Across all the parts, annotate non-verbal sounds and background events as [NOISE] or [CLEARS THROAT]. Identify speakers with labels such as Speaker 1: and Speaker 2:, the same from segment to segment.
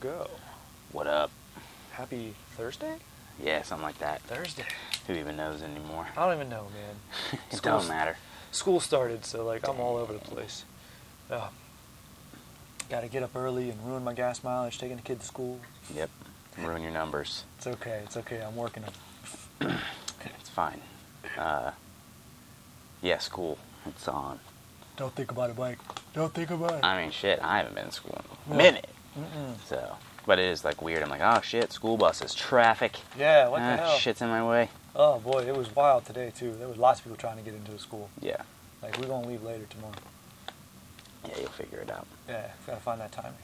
Speaker 1: go.
Speaker 2: What up?
Speaker 1: Happy Thursday?
Speaker 2: Yeah, something like that.
Speaker 1: Thursday.
Speaker 2: Who even knows anymore?
Speaker 1: I don't even know, man.
Speaker 2: [LAUGHS] It
Speaker 1: School's-
Speaker 2: don't matter.
Speaker 1: School started, so like I'm all over the place. Ugh. Gotta get up early and ruin my gas mileage taking the kid to school.
Speaker 2: Yep. Ruin your numbers.
Speaker 1: It's okay, it's okay, I'm working on
Speaker 2: It's fine. Uh, yeah, school. It's on.
Speaker 1: Don't think about it, Mike. Don't think about it.
Speaker 2: I mean, shit. I haven't been in school in a
Speaker 1: Yeah.
Speaker 2: minute.
Speaker 1: Mm-mm.
Speaker 2: So, but it is like weird. I'm like, oh shit, school buses, traffic.
Speaker 1: Yeah, what the
Speaker 2: Ah,
Speaker 1: hell?
Speaker 2: Shit's in my way.
Speaker 1: Oh boy, it was wild today too. There was lots of people trying to get into the school.
Speaker 2: Yeah.
Speaker 1: Like we're gonna leave later tomorrow.
Speaker 2: Yeah, you'll figure it out.
Speaker 1: Yeah, gotta find that timing.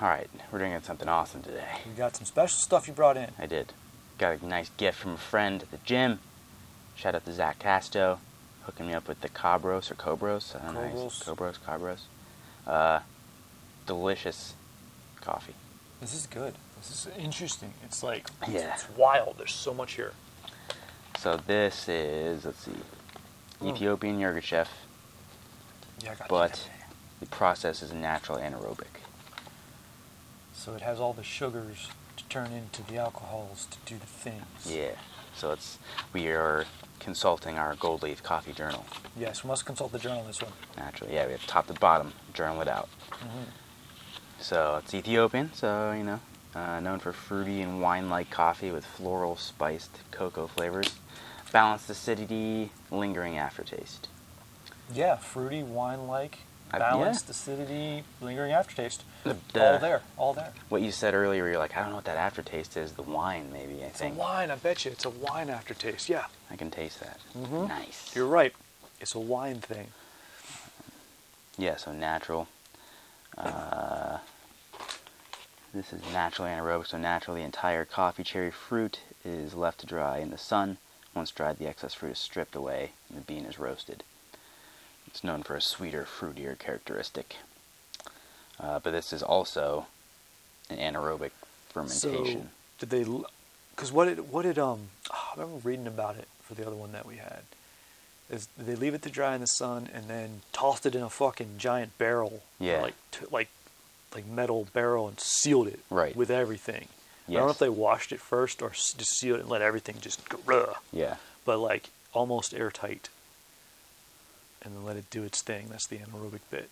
Speaker 2: All right, we're doing something awesome today.
Speaker 1: You got some special stuff you brought in.
Speaker 2: I did. Got a nice gift from a friend at the gym. Shout out to Zach Casto, hooking me up with the Cabros or Cobros. I don't know. how you say- Cobros, Cabros. Uh, delicious coffee.
Speaker 1: This is good. This is interesting. It's like
Speaker 2: Yeah.
Speaker 1: it's wild. There's so much here.
Speaker 2: So this is, let's see, Ethiopian Yergachev,
Speaker 1: Yeah, I got
Speaker 2: but the process is natural anaerobic.
Speaker 1: So it has all the sugars to turn into the alcohols to do the things.
Speaker 2: Yeah. So it's we are consulting our gold leaf coffee journal.
Speaker 1: Yes, we must consult the journal on this one.
Speaker 2: Naturally, yeah, we have top to bottom, journal it out. So it's Ethiopian, so you know, uh, known for fruity and wine-like coffee with floral spiced cocoa flavors, balanced acidity, lingering aftertaste.
Speaker 1: Yeah, fruity, wine-like,
Speaker 2: I- yeah.
Speaker 1: balanced acidity, lingering aftertaste.
Speaker 2: The-
Speaker 1: all
Speaker 2: the-
Speaker 1: there, all there.
Speaker 2: What you said earlier, you're like, I don't know what that aftertaste is. The wine, maybe I think
Speaker 1: wine, I bet you. It's a wine aftertaste. Yeah,
Speaker 2: I can taste that.
Speaker 1: Mhm.
Speaker 2: Nice.
Speaker 1: you're right. It's a wine thing.
Speaker 2: Yeah, so natural. Uh, this is naturally anaerobic, so naturally the entire coffee cherry fruit is left to dry in the sun. Once dried, the excess fruit is stripped away and the bean is roasted. It's known for a sweeter, fruitier characteristic. Uh, but this is also an anaerobic fermentation.
Speaker 1: So did they? Because what did what did um? ah, I remember reading about it for the other one that we had. Is did they leave it to dry in the sun and then tossed it in a fucking giant barrel?
Speaker 2: Yeah.
Speaker 1: Like t- like like metal barrel and sealed it.
Speaker 2: Right.
Speaker 1: With everything. I don't know
Speaker 2: Yes.
Speaker 1: if they washed it first or s- just sealed it and let everything just go. Rah,
Speaker 2: yeah.
Speaker 1: but like almost airtight. And then let it do its thing. That's the anaerobic bit.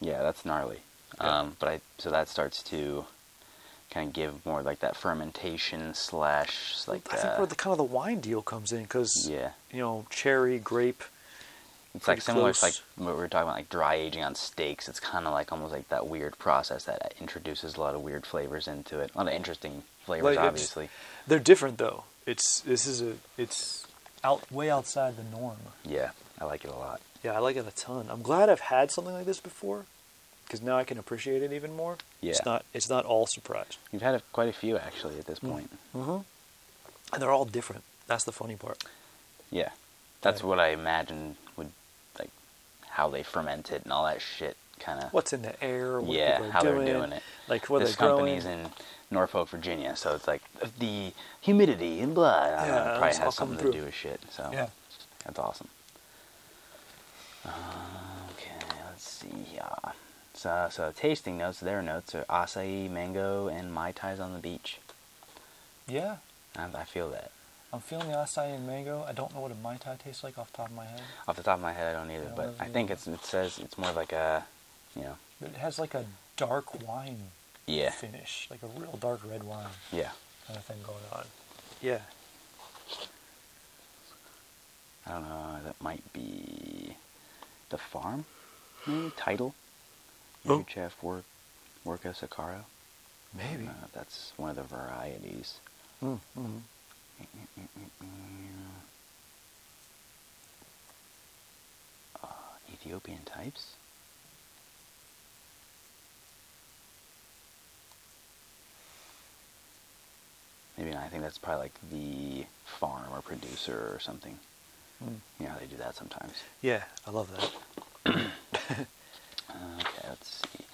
Speaker 2: Yeah, that's gnarly.
Speaker 1: Yeah.
Speaker 2: Um, but I so that starts to kind of give more like that fermentation slash like
Speaker 1: I think
Speaker 2: uh,
Speaker 1: where the kind of the wine deal comes in because
Speaker 2: yeah.
Speaker 1: you know cherry grape.
Speaker 2: It's like
Speaker 1: pretty
Speaker 2: similar to like
Speaker 1: close.
Speaker 2: what we were talking about, like dry aging on steaks. It's kind of like almost like that weird process that uh, introduces a lot of weird flavors into it. A lot of interesting
Speaker 1: Like,
Speaker 2: flavors,
Speaker 1: it's-
Speaker 2: obviously.
Speaker 1: They're different though. It's this is a it's out way outside the norm.
Speaker 2: Yeah, I like it a lot.
Speaker 1: Yeah, I like it a ton. I'm glad I've had something like this before because now I can appreciate it even more.
Speaker 2: Yeah.
Speaker 1: It's not it's not all surprise.
Speaker 2: You've had a, quite a few actually at this point.
Speaker 1: Mhm. And they're all different. That's the funny part.
Speaker 2: Yeah, that's
Speaker 1: Right.
Speaker 2: what I imagine would like how they ferment it and all that shit. Kind of
Speaker 1: What's in the air? What
Speaker 2: Yeah,
Speaker 1: people are
Speaker 2: how they're
Speaker 1: doing,
Speaker 2: doing it.
Speaker 1: Like what
Speaker 2: this
Speaker 1: they're
Speaker 2: company's
Speaker 1: growing.
Speaker 2: in Norfolk, Virginia, so it's like the humidity and blood. I don't know,
Speaker 1: Yeah,
Speaker 2: it probably
Speaker 1: it's all
Speaker 2: has
Speaker 1: coming
Speaker 2: something to
Speaker 1: through.
Speaker 2: do with shit. So
Speaker 1: Yeah.
Speaker 2: that's awesome. Uh, Okay, let's see. Yeah. So, so tasting notes. Their notes are acai, mango, and mai tais on the beach.
Speaker 1: Yeah.
Speaker 2: I, I feel that.
Speaker 1: I'm feeling the acai and mango. I don't know what a mai tai tastes like off the top of my head.
Speaker 2: Off the top of my head, I don't either,
Speaker 1: Yeah,
Speaker 2: but
Speaker 1: whatever
Speaker 2: I
Speaker 1: you
Speaker 2: think
Speaker 1: want.
Speaker 2: it's it says it's more like a, you know,
Speaker 1: But it has like a dark wine
Speaker 2: yeah,
Speaker 1: finish, like a real dark red wine
Speaker 2: yeah.
Speaker 1: kind of thing going on. Yeah.
Speaker 2: I don't know. Uh, That might be the farm. Maybe title.
Speaker 1: Oh.
Speaker 2: Yergachev work Worka Sakaro.
Speaker 1: Maybe.
Speaker 2: Uh, that's one of the varieties. Mm.
Speaker 1: Mm, mm.
Speaker 2: Uh, Ethiopian types. Maybe not. I think that's probably like the farm or producer or something.
Speaker 1: Mm.
Speaker 2: You know how they do that sometimes.
Speaker 1: Yeah, I love that.
Speaker 2: Okay, let's see.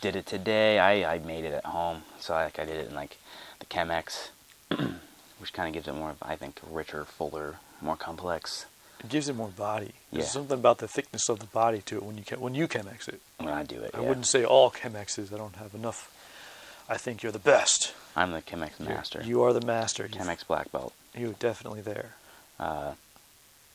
Speaker 2: Did it today. I, I made it at home, so I, like I did it in like the Chemex, [CLEARS THROAT] which kind of gives it more of I think richer, fuller, more complex.
Speaker 1: It gives it more body. There's
Speaker 2: Yeah.
Speaker 1: something about the thickness of the body to it when you che- when you chemex it.
Speaker 2: When I do it,
Speaker 1: I
Speaker 2: yeah.
Speaker 1: wouldn't say all chemexes. I don't have enough. I think you're the best.
Speaker 2: I'm the Chemex
Speaker 1: You're-
Speaker 2: master.
Speaker 1: You are the master. You-
Speaker 2: Chemex black belt.
Speaker 1: You're definitely there.
Speaker 2: Uh,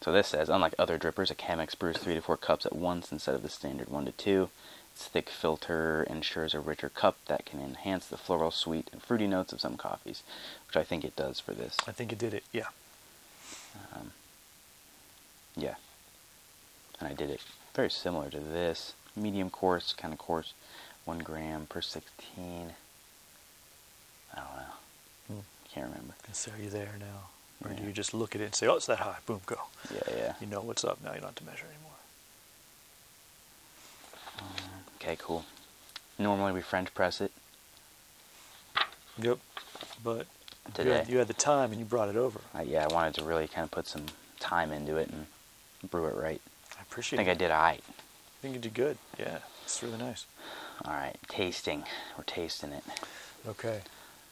Speaker 2: so this says, unlike other drippers, a Chemex brews three to four cups at once instead of the standard one to two. Its thick filter ensures a richer cup that can enhance the floral, sweet, and fruity notes of some coffees, which I think it does for this.
Speaker 1: I think you did it. Yeah.
Speaker 2: Um, yeah. And I did it very similar to this. Medium coarse, kind of coarse, 1 gram per 16. I don't know.
Speaker 1: Hmm.
Speaker 2: Can't remember.
Speaker 1: And so are you there now? Or do
Speaker 2: Yeah.
Speaker 1: you just look at it and say, oh, it's that high? Boom, go.
Speaker 2: Yeah, yeah.
Speaker 1: You know what's up now. You don't have to measure anymore.
Speaker 2: Okay, cool. Normally we French press it.
Speaker 1: Yep. But you
Speaker 2: Today.
Speaker 1: had, you had the time and you brought it over. I
Speaker 2: Uh, yeah, I wanted to really kind of put some time into it and brew it right. I
Speaker 1: appreciate
Speaker 2: think
Speaker 1: it.
Speaker 2: I did all right.
Speaker 1: I think you did good. Yeah. It's really nice.
Speaker 2: All right, tasting. We're tasting it.
Speaker 1: Okay.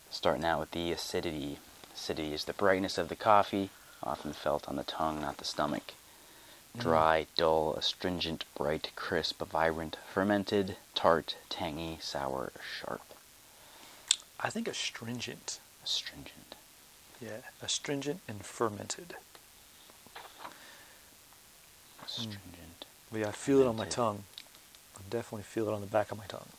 Speaker 2: Starting out with the acidity. Acidity is the brightness of the coffee, often felt on the tongue, not the stomach. Dry, dull, astringent, bright, crisp, vibrant, fermented, tart, tangy, sour, sharp,
Speaker 1: I think astringent.
Speaker 2: astringent.
Speaker 1: Yeah. Astringent and fermented.
Speaker 2: Astringent.
Speaker 1: But yeah, I feel it on my
Speaker 2: Fermented.
Speaker 1: tongue. I definitely feel it on the back of my tongue.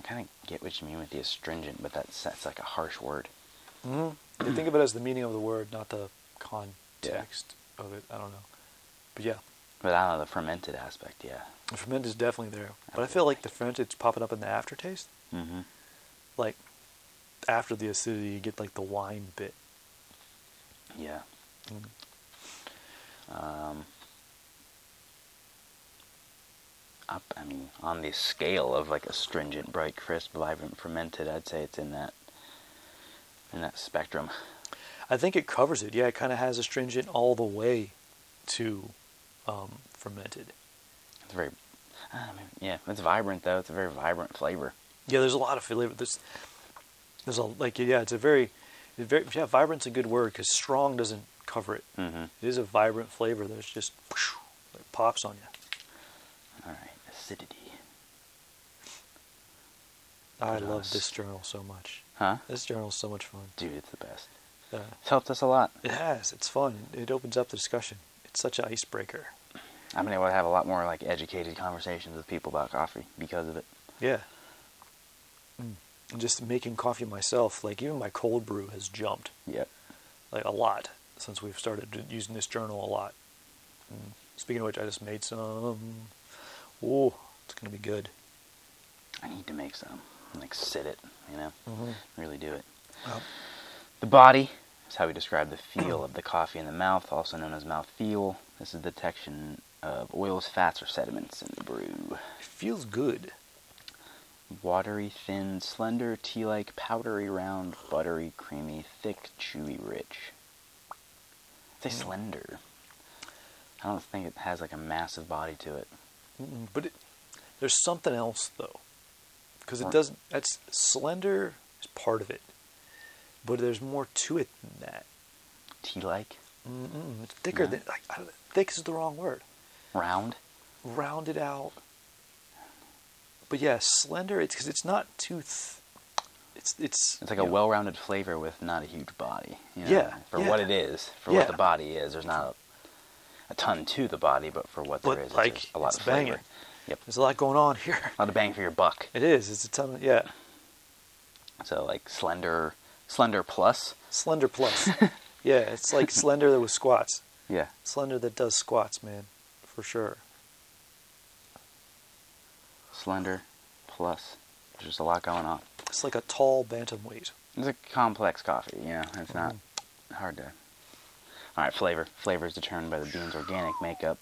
Speaker 2: I kind of get what you mean with the astringent, but that's, that's like a harsh word.
Speaker 1: Mm-hmm. think of it as the meaning of the word, not the context of it. I don't know. But yeah,
Speaker 2: But I don't know, the fermented aspect, yeah.
Speaker 1: the ferment is definitely there. But I feel like the ferment is popping up in the aftertaste.
Speaker 2: Mm-hmm.
Speaker 1: Like after the acidity, you get like the wine bit.
Speaker 2: Yeah.
Speaker 1: Mm.
Speaker 2: Um, up, I mean, on the scale of like astringent, bright, crisp, vibrant, fermented, I'd say it's in that in that spectrum.
Speaker 1: I think it covers it. Yeah, it kind of has astringent all the way to um, fermented.
Speaker 2: It's very, I don't know, yeah, it's vibrant though. It's a very vibrant flavor.
Speaker 1: Yeah, there's a lot of flavor. There's there's a like yeah, it's a very, it's very yeah, vibrant's a good word because strong doesn't cover it.
Speaker 2: Mm-hmm.
Speaker 1: It is a vibrant flavor that's just like pops on you.
Speaker 2: All right, acidity,
Speaker 1: I
Speaker 2: What
Speaker 1: love
Speaker 2: else?
Speaker 1: this journal so much.
Speaker 2: huh?
Speaker 1: This journal's so much fun.
Speaker 2: Dude, it's the best.
Speaker 1: Uh,
Speaker 2: It's helped us a lot.
Speaker 1: it has. It's fun. It opens up the discussion. It's such an icebreaker.
Speaker 2: I've been able to have a lot more like educated conversations with people about coffee because of it.
Speaker 1: Yeah. Mm. Just making coffee myself, like even my cold brew has jumped
Speaker 2: Yep.
Speaker 1: like a lot since we've started d- using this journal a lot. Mm. Speaking of which, I just made some. Oh, it's gonna be good.
Speaker 2: I need to make some. Like sit it, you know,
Speaker 1: Mhm.
Speaker 2: really do it.
Speaker 1: Uh,
Speaker 2: The body is how we describe the feel of the coffee in the mouth, also known as mouth feel. This is the detection of oils, fats, or sediments in the brew.
Speaker 1: it feels good.
Speaker 2: Watery, thin, slender, tea-like, powdery, round, buttery, creamy, thick, chewy, rich. I say
Speaker 1: Mm.
Speaker 2: slender. I don't think it has like a massive body to it.
Speaker 1: Mm-mm, but it, there's something else though, because it
Speaker 2: Right.
Speaker 1: doesn't. That's slender is part of it, but there's more to it than that.
Speaker 2: Tea-like,
Speaker 1: Mm-mm, it's thicker
Speaker 2: Yeah.
Speaker 1: than like, I don't- thick is the wrong word.
Speaker 2: round.
Speaker 1: Rounded out. But yeah, slender. It's because it's not too. Th- it's it's.
Speaker 2: It's like
Speaker 1: you
Speaker 2: a
Speaker 1: know,
Speaker 2: well-rounded flavor with not a huge body. you know,
Speaker 1: Yeah,
Speaker 2: For what
Speaker 1: yeah.
Speaker 2: it is, for
Speaker 1: Yeah.
Speaker 2: what the body is, there's not a, a ton to the body, but for what
Speaker 1: But,
Speaker 2: there is,
Speaker 1: like,
Speaker 2: it's just a lot
Speaker 1: it's
Speaker 2: of
Speaker 1: banging.
Speaker 2: flavor. Yep,
Speaker 1: There's a lot going on [LAUGHS] here.
Speaker 2: a lot of bang for your buck.
Speaker 1: It is. It's a ton of yeah.
Speaker 2: So like slender, slender plus.
Speaker 1: Slender [LAUGHS] plus. yeah, it's like slender that was squats.
Speaker 2: Yeah.
Speaker 1: Slender that does squats, man, for sure.
Speaker 2: Slender plus. There's just a lot going on.
Speaker 1: It's like a tall bantamweight.
Speaker 2: It's a complex coffee. You know, it's not hard to. All right, flavor. Flavor is determined by the bean's organic makeup.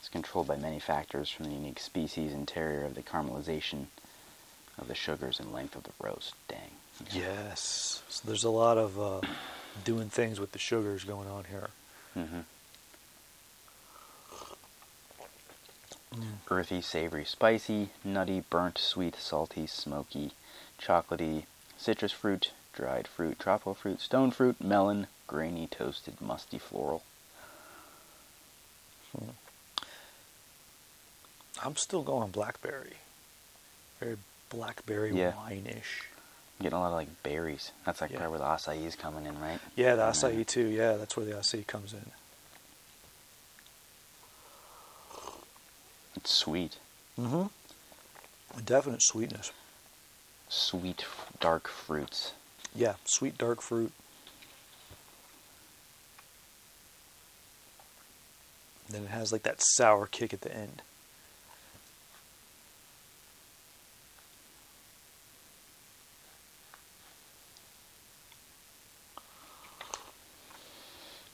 Speaker 2: It's controlled by many factors, from the unique species and terrier of the caramelization of the sugars and length of the roast. Dang. Okay.
Speaker 1: Yes. So there's a lot of uh, doing things with the sugars going on here.
Speaker 2: hmm Earthy, savory, spicy, nutty, burnt, sweet, salty, smoky, chocolatey, citrus fruit, dried fruit, tropical fruit, stone fruit, melon, grainy, toasted, musty, floral.
Speaker 1: I'm still going blackberry. Very blackberry
Speaker 2: Yeah.
Speaker 1: wine-ish.
Speaker 2: Getting a lot of like berries. That's like
Speaker 1: Yeah.
Speaker 2: probably where the acai is coming in, right?
Speaker 1: Yeah, the
Speaker 2: Oh,
Speaker 1: acai
Speaker 2: man.
Speaker 1: too. Yeah, that's where the acai comes in.
Speaker 2: It's sweet,
Speaker 1: Mm-hmm. Definite sweetness.
Speaker 2: sweet f- dark fruits.
Speaker 1: Yeah, sweet dark fruit. Then it has like that sour kick at the end.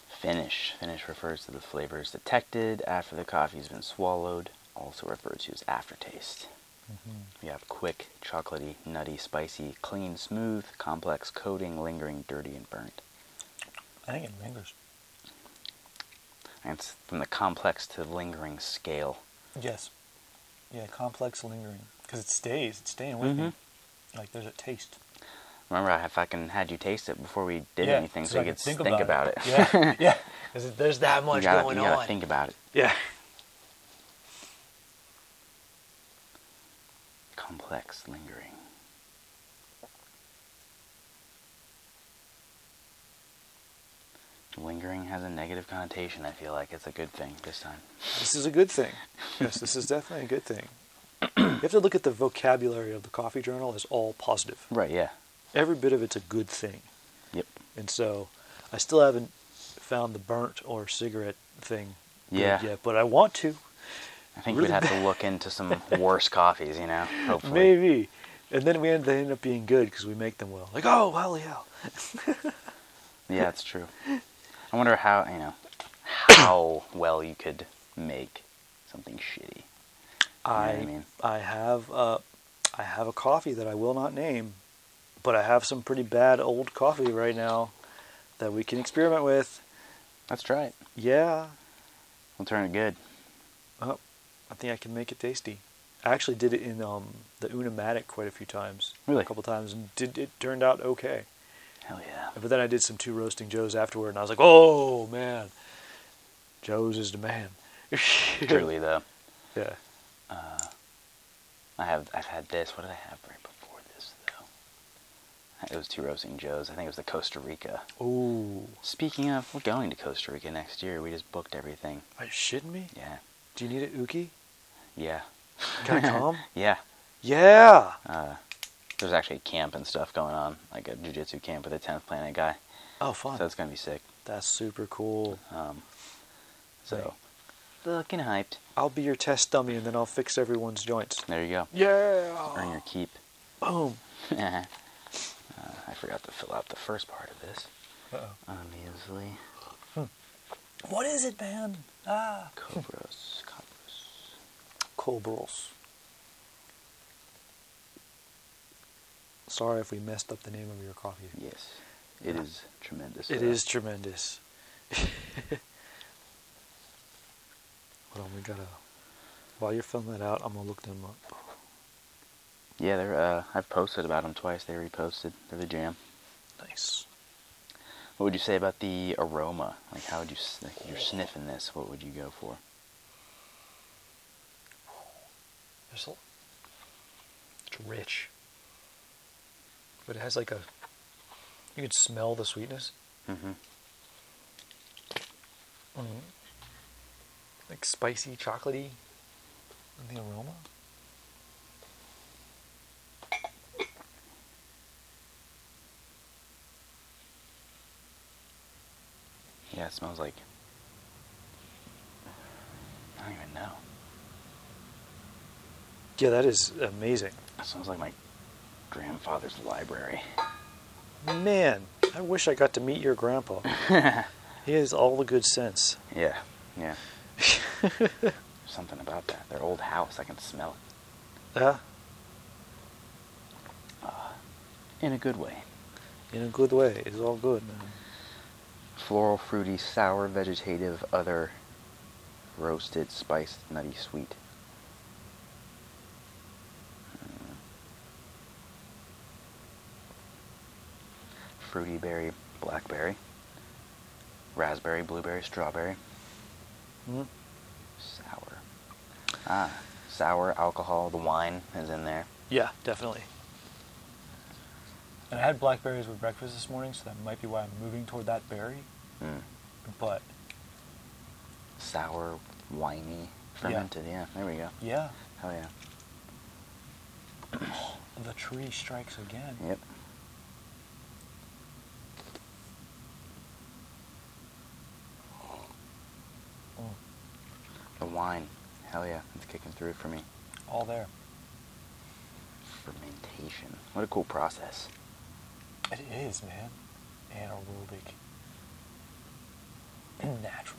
Speaker 2: Finish. Finish refers to the flavor is detected after the coffee has been swallowed. Also referred to as aftertaste. We have quick, chocolatey, nutty, spicy, clean, smooth, complex coating, lingering, dirty, and burnt.
Speaker 1: I think it lingers.
Speaker 2: And it's from the complex to lingering scale.
Speaker 1: Yes. Yeah, complex lingering because it stays. It's staying with me.
Speaker 2: Mhm.
Speaker 1: Like there's a taste.
Speaker 2: Remember, I fucking had you taste it before we did
Speaker 1: yeah,
Speaker 2: anything, so
Speaker 1: I
Speaker 2: you
Speaker 1: could
Speaker 2: could think, think about it. [LAUGHS]
Speaker 1: yeah, yeah. 'cause there's that much
Speaker 2: you gotta,
Speaker 1: going
Speaker 2: you gotta
Speaker 1: on.
Speaker 2: think about it.
Speaker 1: Yeah.
Speaker 2: Complex, lingering. Lingering has a negative connotation. I feel like it's a good thing this time.
Speaker 1: This is a good thing. Yes, this is definitely a good thing. You have to look at the vocabulary of the coffee journal as all positive.
Speaker 2: Right? Yeah.
Speaker 1: Every bit of it's a good thing.
Speaker 2: Yep.
Speaker 1: And so I still haven't found the burnt or cigarette thing good
Speaker 2: Yeah.
Speaker 1: yet, but I want to.
Speaker 2: I think
Speaker 1: Really
Speaker 2: we'd have to look into [LAUGHS] some worse coffees, you know. Hopefully.
Speaker 1: Maybe. And then we end, they end up being good because we make them well. Like, oh, holy hell.
Speaker 2: Yeah, it's true. I wonder how you know how well you could make something shitty.
Speaker 1: I,
Speaker 2: I mean?
Speaker 1: I have uh, I have a coffee that I will not name, but I have some pretty bad old coffee right now that we can experiment with.
Speaker 2: Let's try it.
Speaker 1: Yeah,
Speaker 2: We'll turn it good.
Speaker 1: Oh, I think I can make it tasty. I actually did it in um, the Unimatic quite a few times.
Speaker 2: Really?
Speaker 1: A couple times, and did it turned out okay.
Speaker 2: Hell yeah. [LAUGHS]
Speaker 1: But then I did some two roasting joes afterward, and I was like, "Oh man, Joe's is the man."
Speaker 2: Truly though,
Speaker 1: Yeah.
Speaker 2: I have I've had this. What did I have right before this though? It was two roasting joes. I think it was the Costa Rica.
Speaker 1: Ooh,
Speaker 2: Speaking of, we're going to Costa Rica next year. We just booked everything.
Speaker 1: are you shitting me?
Speaker 2: Yeah.
Speaker 1: Do you need it, Uki?
Speaker 2: Yeah.
Speaker 1: [LAUGHS] Can I come?
Speaker 2: Yeah.
Speaker 1: yeah.
Speaker 2: Uh, there's actually a camp and stuff going on, like a jujitsu camp with a 10th planet guy.
Speaker 1: Oh, fun.
Speaker 2: So it's gonna be sick.
Speaker 1: That's super cool.
Speaker 2: Um,
Speaker 1: Right.
Speaker 2: so, looking hyped.
Speaker 1: I'll be your test dummy, and then I'll fix everyone's joints.
Speaker 2: There you go. Earn
Speaker 1: Yeah.
Speaker 2: your keep. [LAUGHS]
Speaker 1: Boom.
Speaker 2: uh, I forgot to fill out the first part of this.
Speaker 1: Uh-oh.
Speaker 2: Obviously,
Speaker 1: What is it, man? Ah.
Speaker 2: cobras, cobras.
Speaker 1: Cobros. Sorry if we messed up the name of your coffee.
Speaker 2: Yes, it is tremendous.
Speaker 1: It
Speaker 2: though.
Speaker 1: is tremendous. [LAUGHS] Hold on, we gotta. While you're filling that out, I'm gonna look them up.
Speaker 2: Yeah, they're. Uh, I've posted about them twice. They reposted. They're the jam.
Speaker 1: Nice.
Speaker 2: What would you say about the aroma? Like, how would you? s- Like, you're sniffing this. What would you go for?
Speaker 1: There's a- It's rich, but it has like a. You can smell the sweetness.
Speaker 2: Mm-hmm.
Speaker 1: Mm. Like spicy, chocolatey, and the aroma.
Speaker 2: Yeah, it smells like. I don't even know.
Speaker 1: Yeah, that is amazing.
Speaker 2: That sounds like my grandfather's library.
Speaker 1: Man, I wish I got to meet your grandpa. [LAUGHS] he has all the good sense.
Speaker 2: Yeah, [LAUGHS] yeah. Something about that. Their old house, I can smell it.
Speaker 1: Yeah,
Speaker 2: In a good way.
Speaker 1: in a good way. It's all good, man.
Speaker 2: Floral, fruity, sour, vegetative, other, roasted, spiced, nutty, sweet. Mm. Fruity berry, blackberry, raspberry, blueberry, strawberry,
Speaker 1: Mhm.
Speaker 2: sour. Ah, sour alcohol, the wine is in there.
Speaker 1: Yeah, definitely. And I had blackberries with breakfast this morning, so that might be why I'm moving toward that berry.
Speaker 2: Mm.
Speaker 1: But
Speaker 2: Sour, winey, fermented. Yeah. there we go.
Speaker 1: yeah,
Speaker 2: Hell yeah.
Speaker 1: the tree strikes again.
Speaker 2: Yep.
Speaker 1: Mm,
Speaker 2: The wine. Hell yeah, it's kicking through for me.
Speaker 1: all there.
Speaker 2: Fermentation. What a cool process.
Speaker 1: It is, man. Anaerobic. [CLEARS THROAT] Natural.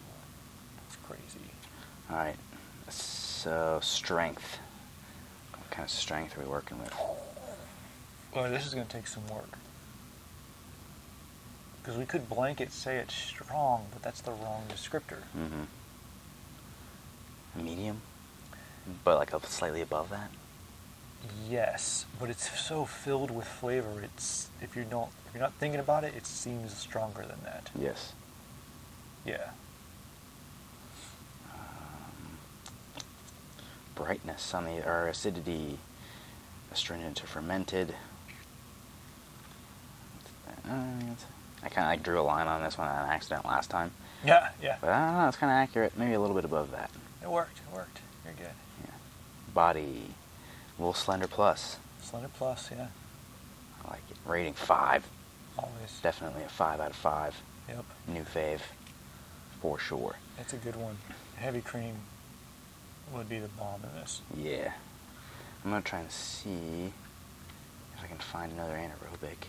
Speaker 1: It's crazy.
Speaker 2: All right. So strength. What kind of strength are we working with?
Speaker 1: Well, Oh, this is going to take some work. Because we could blanket say it's strong, but that's the wrong descriptor.
Speaker 2: Mm-hmm. Medium, but like a slightly above that.
Speaker 1: Yes, but it's so filled with flavor. It's if you don't if you're not thinking about it, it seems stronger than that.
Speaker 2: Yes.
Speaker 1: Yeah.
Speaker 2: Um, Brightness on the or acidity, astringent to fermented. I kind of like drew a line on this one on accident last time,
Speaker 1: Yeah, yeah.
Speaker 2: but I don't know. It's kind of accurate. Maybe a little bit above that.
Speaker 1: It worked. It worked. You're good.
Speaker 2: Body, a little slender plus.
Speaker 1: Slender plus, yeah.
Speaker 2: I like it. Rating five.
Speaker 1: Always.
Speaker 2: Definitely a five out of five.
Speaker 1: Yep.
Speaker 2: New fave, for sure.
Speaker 1: That's a good one. Heavy cream would be the bomb in this.
Speaker 2: Yeah. I'm gonna try and see if I can find another anaerobic.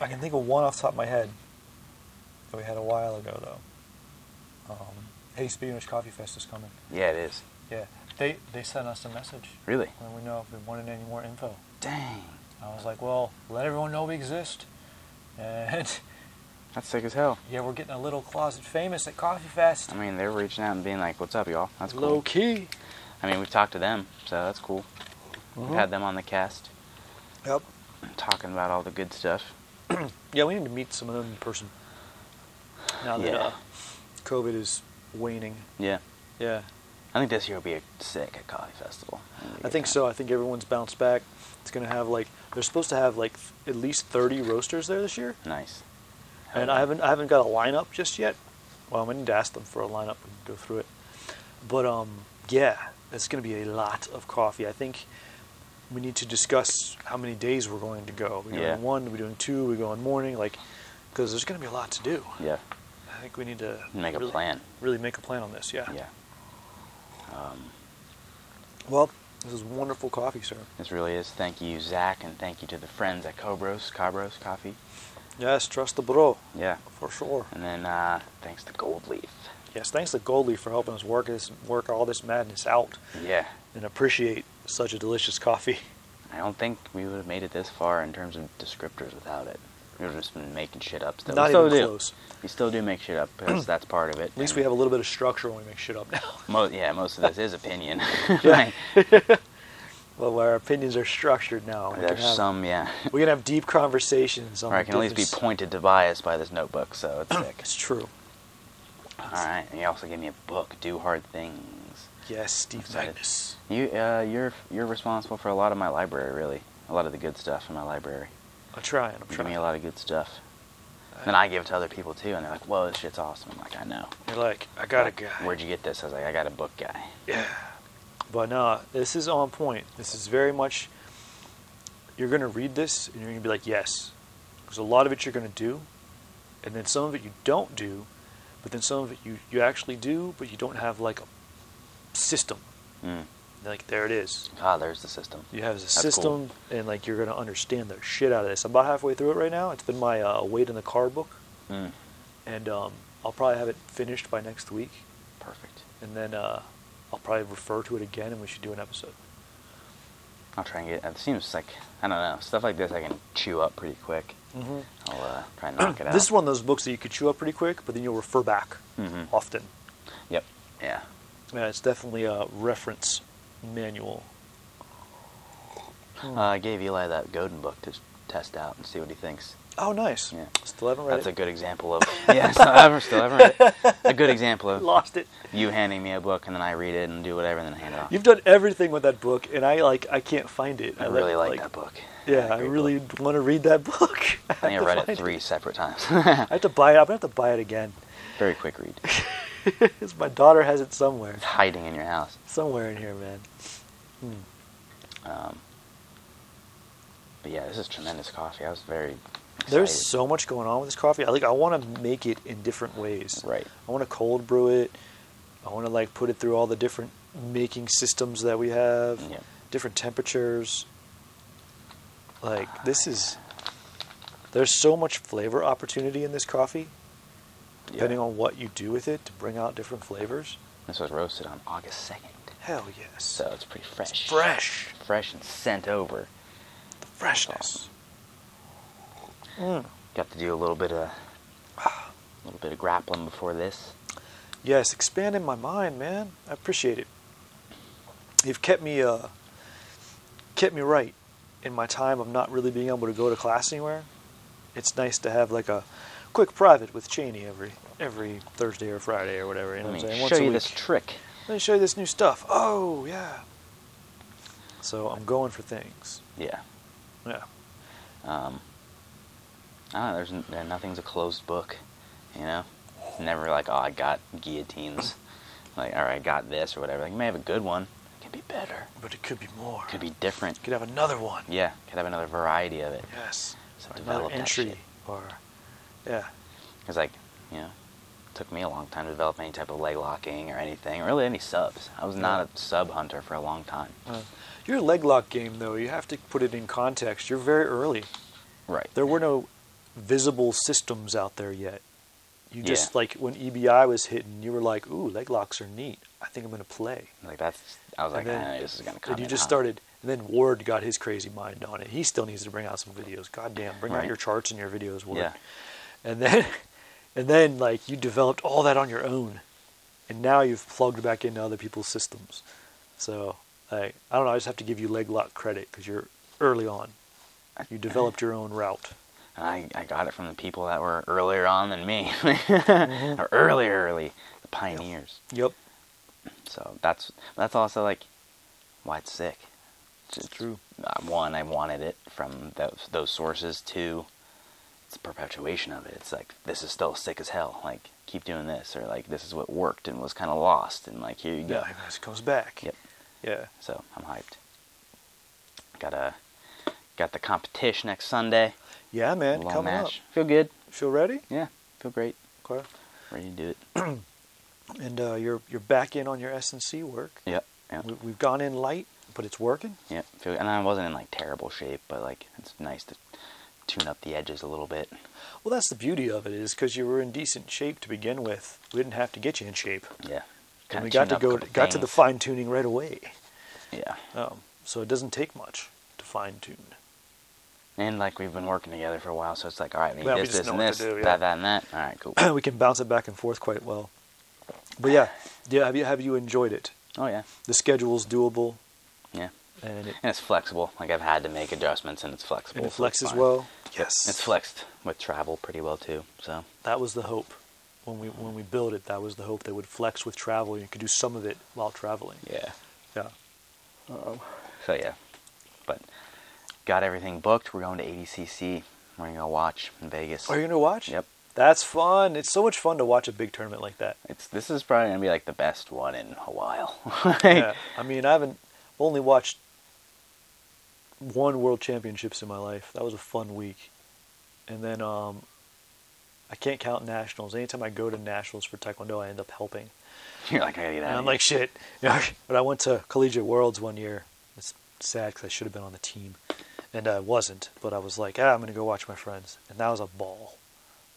Speaker 1: I can think of one off the top of my head that we had a while ago, though. Um, hey, Spinach Coffee Fest is coming.
Speaker 2: Yeah, it is.
Speaker 1: Yeah, they they sent us a message.
Speaker 2: Really?
Speaker 1: When we know if we wanted any more info,
Speaker 2: Dang.
Speaker 1: I was like, well, let everyone know we exist, and [LAUGHS]
Speaker 2: That's sick as hell.
Speaker 1: yeah, we're getting a little closet famous at Coffee Fest.
Speaker 2: I mean, they're reaching out and being like, "What's up, y'all?" That's cool.
Speaker 1: Low key.
Speaker 2: I mean, we've talked to them, so that's cool. We've had them on the cast,
Speaker 1: Yep.
Speaker 2: talking about all the good stuff.
Speaker 1: Yeah, we need to meet some of them in person. Now that
Speaker 2: Yeah.
Speaker 1: uh, COVID is waning.
Speaker 2: Yeah.
Speaker 1: Yeah,
Speaker 2: I think this year will be a sick at coffee festival. It'll be a
Speaker 1: I
Speaker 2: good
Speaker 1: think
Speaker 2: time.
Speaker 1: so. I think everyone's bounced back. It's gonna have like they're supposed to have like th- at least thirty roasters there this year,
Speaker 2: Nice.
Speaker 1: and I haven't I haven't got a lineup just yet. Well, I need to ask them for a lineup and go through it. But um, yeah, it's gonna be a lot of coffee. I think we need to discuss how many days we're going to go. Are we doing
Speaker 2: Yeah.
Speaker 1: one? Are we doing two? Are we going morning? Like, because there's gonna be a lot to do.
Speaker 2: Yeah.
Speaker 1: I think we need to
Speaker 2: Make a
Speaker 1: really-
Speaker 2: plan.
Speaker 1: Really make a plan on this. Yeah.
Speaker 2: Yeah. Um,
Speaker 1: Well, this is wonderful coffee, sir.
Speaker 2: this really is. Thank you, Zach, and thank you to the friends at Cobros, Cobros Coffee.
Speaker 1: Yes, trust the bro
Speaker 2: Yeah.
Speaker 1: for sure.
Speaker 2: And then uh, thanks to Gold Leaf.
Speaker 1: Yes, thanks to Goldie for helping us work this work all this madness out
Speaker 2: Yeah.
Speaker 1: and appreciate such a delicious coffee.
Speaker 2: I don't think we would have made it this far in terms of descriptors without it. We would have just been making shit up still.
Speaker 1: Not
Speaker 2: we still
Speaker 1: even
Speaker 2: do.
Speaker 1: close.
Speaker 2: We still do make shit up because that's part of it.
Speaker 1: At least we have a little bit of structure when we make shit up [LAUGHS] now.
Speaker 2: Mo- yeah, most of this is opinion.
Speaker 1: [LAUGHS]
Speaker 2: [LAUGHS]
Speaker 1: Yeah.
Speaker 2: Right.
Speaker 1: well, our opinions are structured now. We can,
Speaker 2: There's
Speaker 1: have,
Speaker 2: some, yeah.
Speaker 1: we can have deep conversations on
Speaker 2: Or I can at least be
Speaker 1: different-
Speaker 2: pointed to bias by this notebook,
Speaker 1: [CLEARS THROAT]
Speaker 2: so it's sick.
Speaker 1: It's true.
Speaker 2: All right, and you also gave me a book, Do Hard Things.
Speaker 1: Yes, Steve
Speaker 2: Excited.
Speaker 1: Magnus.
Speaker 2: You, uh, you're you're responsible for a lot of my library, really. A lot of the good stuff in my library.
Speaker 1: I'm trying. I'm
Speaker 2: You give me a
Speaker 1: trying.
Speaker 2: lot of good stuff.
Speaker 1: Uh,
Speaker 2: Then I give it to other people too, and they're like, "Whoa, this shit's awesome!" I'm like, "I know."
Speaker 1: You're like, I got a
Speaker 2: Like,
Speaker 1: guy.
Speaker 2: Where'd you get this? I was like, "I got a book guy."
Speaker 1: Yeah. But nah, this is on point. This is very much. You're gonna read this and you're gonna be like, yes, because a lot of it you're gonna do, and then some of it you don't do, but then some of it you you actually do, but you don't have like a system.
Speaker 2: Mm.
Speaker 1: Like there it is.
Speaker 2: Ah, there's the system.
Speaker 1: You have a
Speaker 2: That's cool.
Speaker 1: system, and like you're gonna understand the shit out of this. I'm about halfway through it right now. It's been my uh, weight in the car book,
Speaker 2: Mm.
Speaker 1: and um, I'll probably have it finished by next week,
Speaker 2: Perfect.
Speaker 1: and then uh, I'll probably refer to it again, and we should do an episode.
Speaker 2: I'll try and get. It seems like I don't know stuff like this. I can chew up pretty quick.
Speaker 1: Mm-hmm.
Speaker 2: I'll uh, try and knock it out.
Speaker 1: This is one of those books that you could chew up pretty quick, but then you'll refer back
Speaker 2: Mhm.
Speaker 1: often.
Speaker 2: Yep. Yeah.
Speaker 1: Yeah, it's definitely a reference manual. Hmm.
Speaker 2: Uh, I gave Eli that Godin book to test out and see what he thinks.
Speaker 1: Oh, nice.
Speaker 2: Yeah.
Speaker 1: Still haven't read
Speaker 2: That's a
Speaker 1: it.
Speaker 2: good example
Speaker 1: [LAUGHS]
Speaker 2: of yeah. Still haven't, still haven't read it. A good example of
Speaker 1: Lost it.
Speaker 2: you handing me a book and then I read it and do whatever and then hand it off.
Speaker 1: You've done everything with that book, and I like I can't find it.
Speaker 2: I
Speaker 1: let-
Speaker 2: really like,
Speaker 1: [LAUGHS]
Speaker 2: that book.
Speaker 1: Yeah, I
Speaker 2: Great
Speaker 1: really
Speaker 2: book.
Speaker 1: want to read that book. [LAUGHS]
Speaker 2: I
Speaker 1: have
Speaker 2: think I
Speaker 1: to
Speaker 2: read it
Speaker 1: find
Speaker 2: three separate times.
Speaker 1: [LAUGHS] I have to buy it. I'm gonna have to buy it again.
Speaker 2: [LAUGHS]
Speaker 1: [LAUGHS]
Speaker 2: Very quick read.
Speaker 1: 'Cause my daughter has it somewhere,
Speaker 2: It's hiding in your house.
Speaker 1: somewhere in here, man. Hmm.
Speaker 2: Um, but yeah, this is tremendous coffee. I was very excited.
Speaker 1: There's so much going on with this coffee. I like. I want to make it in different ways.
Speaker 2: right.
Speaker 1: I want to cold brew it. I want to like put it through all the different making systems that we have,
Speaker 2: Yeah.
Speaker 1: different temperatures. Like this is there's so much flavor opportunity in this coffee depending
Speaker 2: yeah.
Speaker 1: on what you do with it to bring out different flavors.
Speaker 2: This was roasted on August second,
Speaker 1: Hell yes.
Speaker 2: so it's pretty fresh.
Speaker 1: fresh.
Speaker 2: Fresh and sent over.
Speaker 1: The freshness. Mm.
Speaker 2: Got to do a little bit of a little bit of grappling before this.
Speaker 1: Yes, expanding my mind, man. I appreciate it. You've kept me uh, kept me right in my time of not really being able to go to class anywhere. It's nice to have like a quick private with Cheney every every Thursday or Friday or whatever. You know
Speaker 2: Let
Speaker 1: what I'm
Speaker 2: me
Speaker 1: saying? Once
Speaker 2: show
Speaker 1: a
Speaker 2: you
Speaker 1: week.
Speaker 2: this trick.
Speaker 1: Let me show you this new stuff. Oh yeah. So I'm going for things.
Speaker 2: Yeah.
Speaker 1: Yeah.
Speaker 2: Um, I don't know, there's n- there- nothing's a closed book, you know. It's never like, oh, I got guillotines, like, or I got this or whatever. Like, you may have a good one, it could be better,
Speaker 1: But it could be more.
Speaker 2: could be different.
Speaker 1: Could have another one.
Speaker 2: Yeah, could have another variety of it.
Speaker 1: Yes.
Speaker 2: So
Speaker 1: Another
Speaker 2: develop that
Speaker 1: entry
Speaker 2: shit.
Speaker 1: or yeah.
Speaker 2: It's like, you know, it took me a long time to develop any type of leg locking or anything, or really any subs. I was not a sub hunter for a long time.
Speaker 1: Uh, your leg lock game, though, you have to put it in context. You're very early.
Speaker 2: Right.
Speaker 1: There were no visible systems out there yet. You just
Speaker 2: Yeah.
Speaker 1: like when EBI was hitting, you were like, "Ooh, leg locks are neat. I think I'm gonna play."
Speaker 2: Like that's. I was like,
Speaker 1: And then-
Speaker 2: "Ah, this is gonna come.
Speaker 1: And you
Speaker 2: in
Speaker 1: just
Speaker 2: hot."
Speaker 1: started, and then Ward got his crazy mind on it. He still needs to bring out some videos. God damn, bring out
Speaker 2: Right.
Speaker 1: your charts and your videos, Ward.
Speaker 2: Yeah.
Speaker 1: And then, [LAUGHS] and then like you developed all that on your own, and now you've plugged back into other people's systems. So like, I don't know. I just have to give you leg lock credit because you're early on. You developed your own route.
Speaker 2: And I, I got it from the people that were earlier on than me, [LAUGHS]
Speaker 1: Mm-hmm.
Speaker 2: or early, early, the pioneers.
Speaker 1: Yep.
Speaker 2: So that's that's also like why it's sick. It's, it's-
Speaker 1: true.
Speaker 2: Uh, one, I wanted it from those those sources. Two, it's a perpetuation of it. It's like this is still sick as hell. Like keep doing this, or like this is what worked and was kind of lost, and like here you go.
Speaker 1: Yeah. it just comes back.
Speaker 2: Yep.
Speaker 1: Yeah.
Speaker 2: So I'm hyped. Got a got the competition next Sunday.
Speaker 1: Yeah, man.
Speaker 2: long
Speaker 1: coming
Speaker 2: match. Feel good.
Speaker 1: up. Feel ready?
Speaker 2: Yeah, feel great.
Speaker 1: Okay.
Speaker 2: Ready to do it.
Speaker 1: And uh, you're you're back in on your S and C work.
Speaker 2: Yep. Yep.
Speaker 1: We, we've gone in light, but it's working.
Speaker 2: Yep. Feel, and I wasn't in like terrible shape, but like it's nice to tune up the edges a little bit.
Speaker 1: Well, that's the beauty of it is because you were in decent shape to begin with. We didn't have to get you in shape.
Speaker 2: Yeah.
Speaker 1: And
Speaker 2: Kinda
Speaker 1: we got
Speaker 2: tune
Speaker 1: to
Speaker 2: up a
Speaker 1: go
Speaker 2: couple
Speaker 1: got to the
Speaker 2: things.
Speaker 1: fine tuning right away.
Speaker 2: Yeah.
Speaker 1: Um, so it doesn't take much to fine tune.
Speaker 2: And like we've been working together for a while, so it's like, all right, we need
Speaker 1: Yeah, we
Speaker 2: this,
Speaker 1: just
Speaker 2: this,
Speaker 1: know
Speaker 2: and
Speaker 1: what
Speaker 2: this,
Speaker 1: to do, yeah.
Speaker 2: that, that, and that. All
Speaker 1: [CLEARS THROAT]
Speaker 2: right,
Speaker 1: [CLEARS THROAT]
Speaker 2: cool.
Speaker 1: we can bounce it back and forth quite well. But yeah, yeah. Have you have you enjoyed it?
Speaker 2: oh yeah,
Speaker 1: The schedule's doable,
Speaker 2: yeah.
Speaker 1: and it,
Speaker 2: And it's flexible. Like I've had to make adjustments, and it's flexible.
Speaker 1: and it
Speaker 2: so it's
Speaker 1: flexes
Speaker 2: fine.
Speaker 1: well. Yes,
Speaker 2: It's flexed with travel pretty well too. So
Speaker 1: That was the hope when we when we built it. That was the hope that would flex with travel. You could do some of it while traveling.
Speaker 2: yeah.
Speaker 1: Yeah.
Speaker 2: So yeah, but got everything booked. We're going to ADCC. We're gonna go watch in Vegas.
Speaker 1: Are you gonna watch?
Speaker 2: Yep.
Speaker 1: That's fun. It's so much fun to watch a big tournament like that.
Speaker 2: It's this is probably gonna be like the best one in a while. [LAUGHS]
Speaker 1: yeah. I mean, I haven't only watched one World Championships in my life. That was a fun week, and then um, I can't count nationals. Anytime I go to nationals for taekwondo, I end up helping,
Speaker 2: You're like I gotta get out.
Speaker 1: and
Speaker 2: of
Speaker 1: I'm
Speaker 2: here.
Speaker 1: like shit. [LAUGHS] but I went to collegiate worlds one year. It's sad because I should have been on the team, and I wasn't. But I was like, ah, I'm gonna go watch my friends, and that was a ball,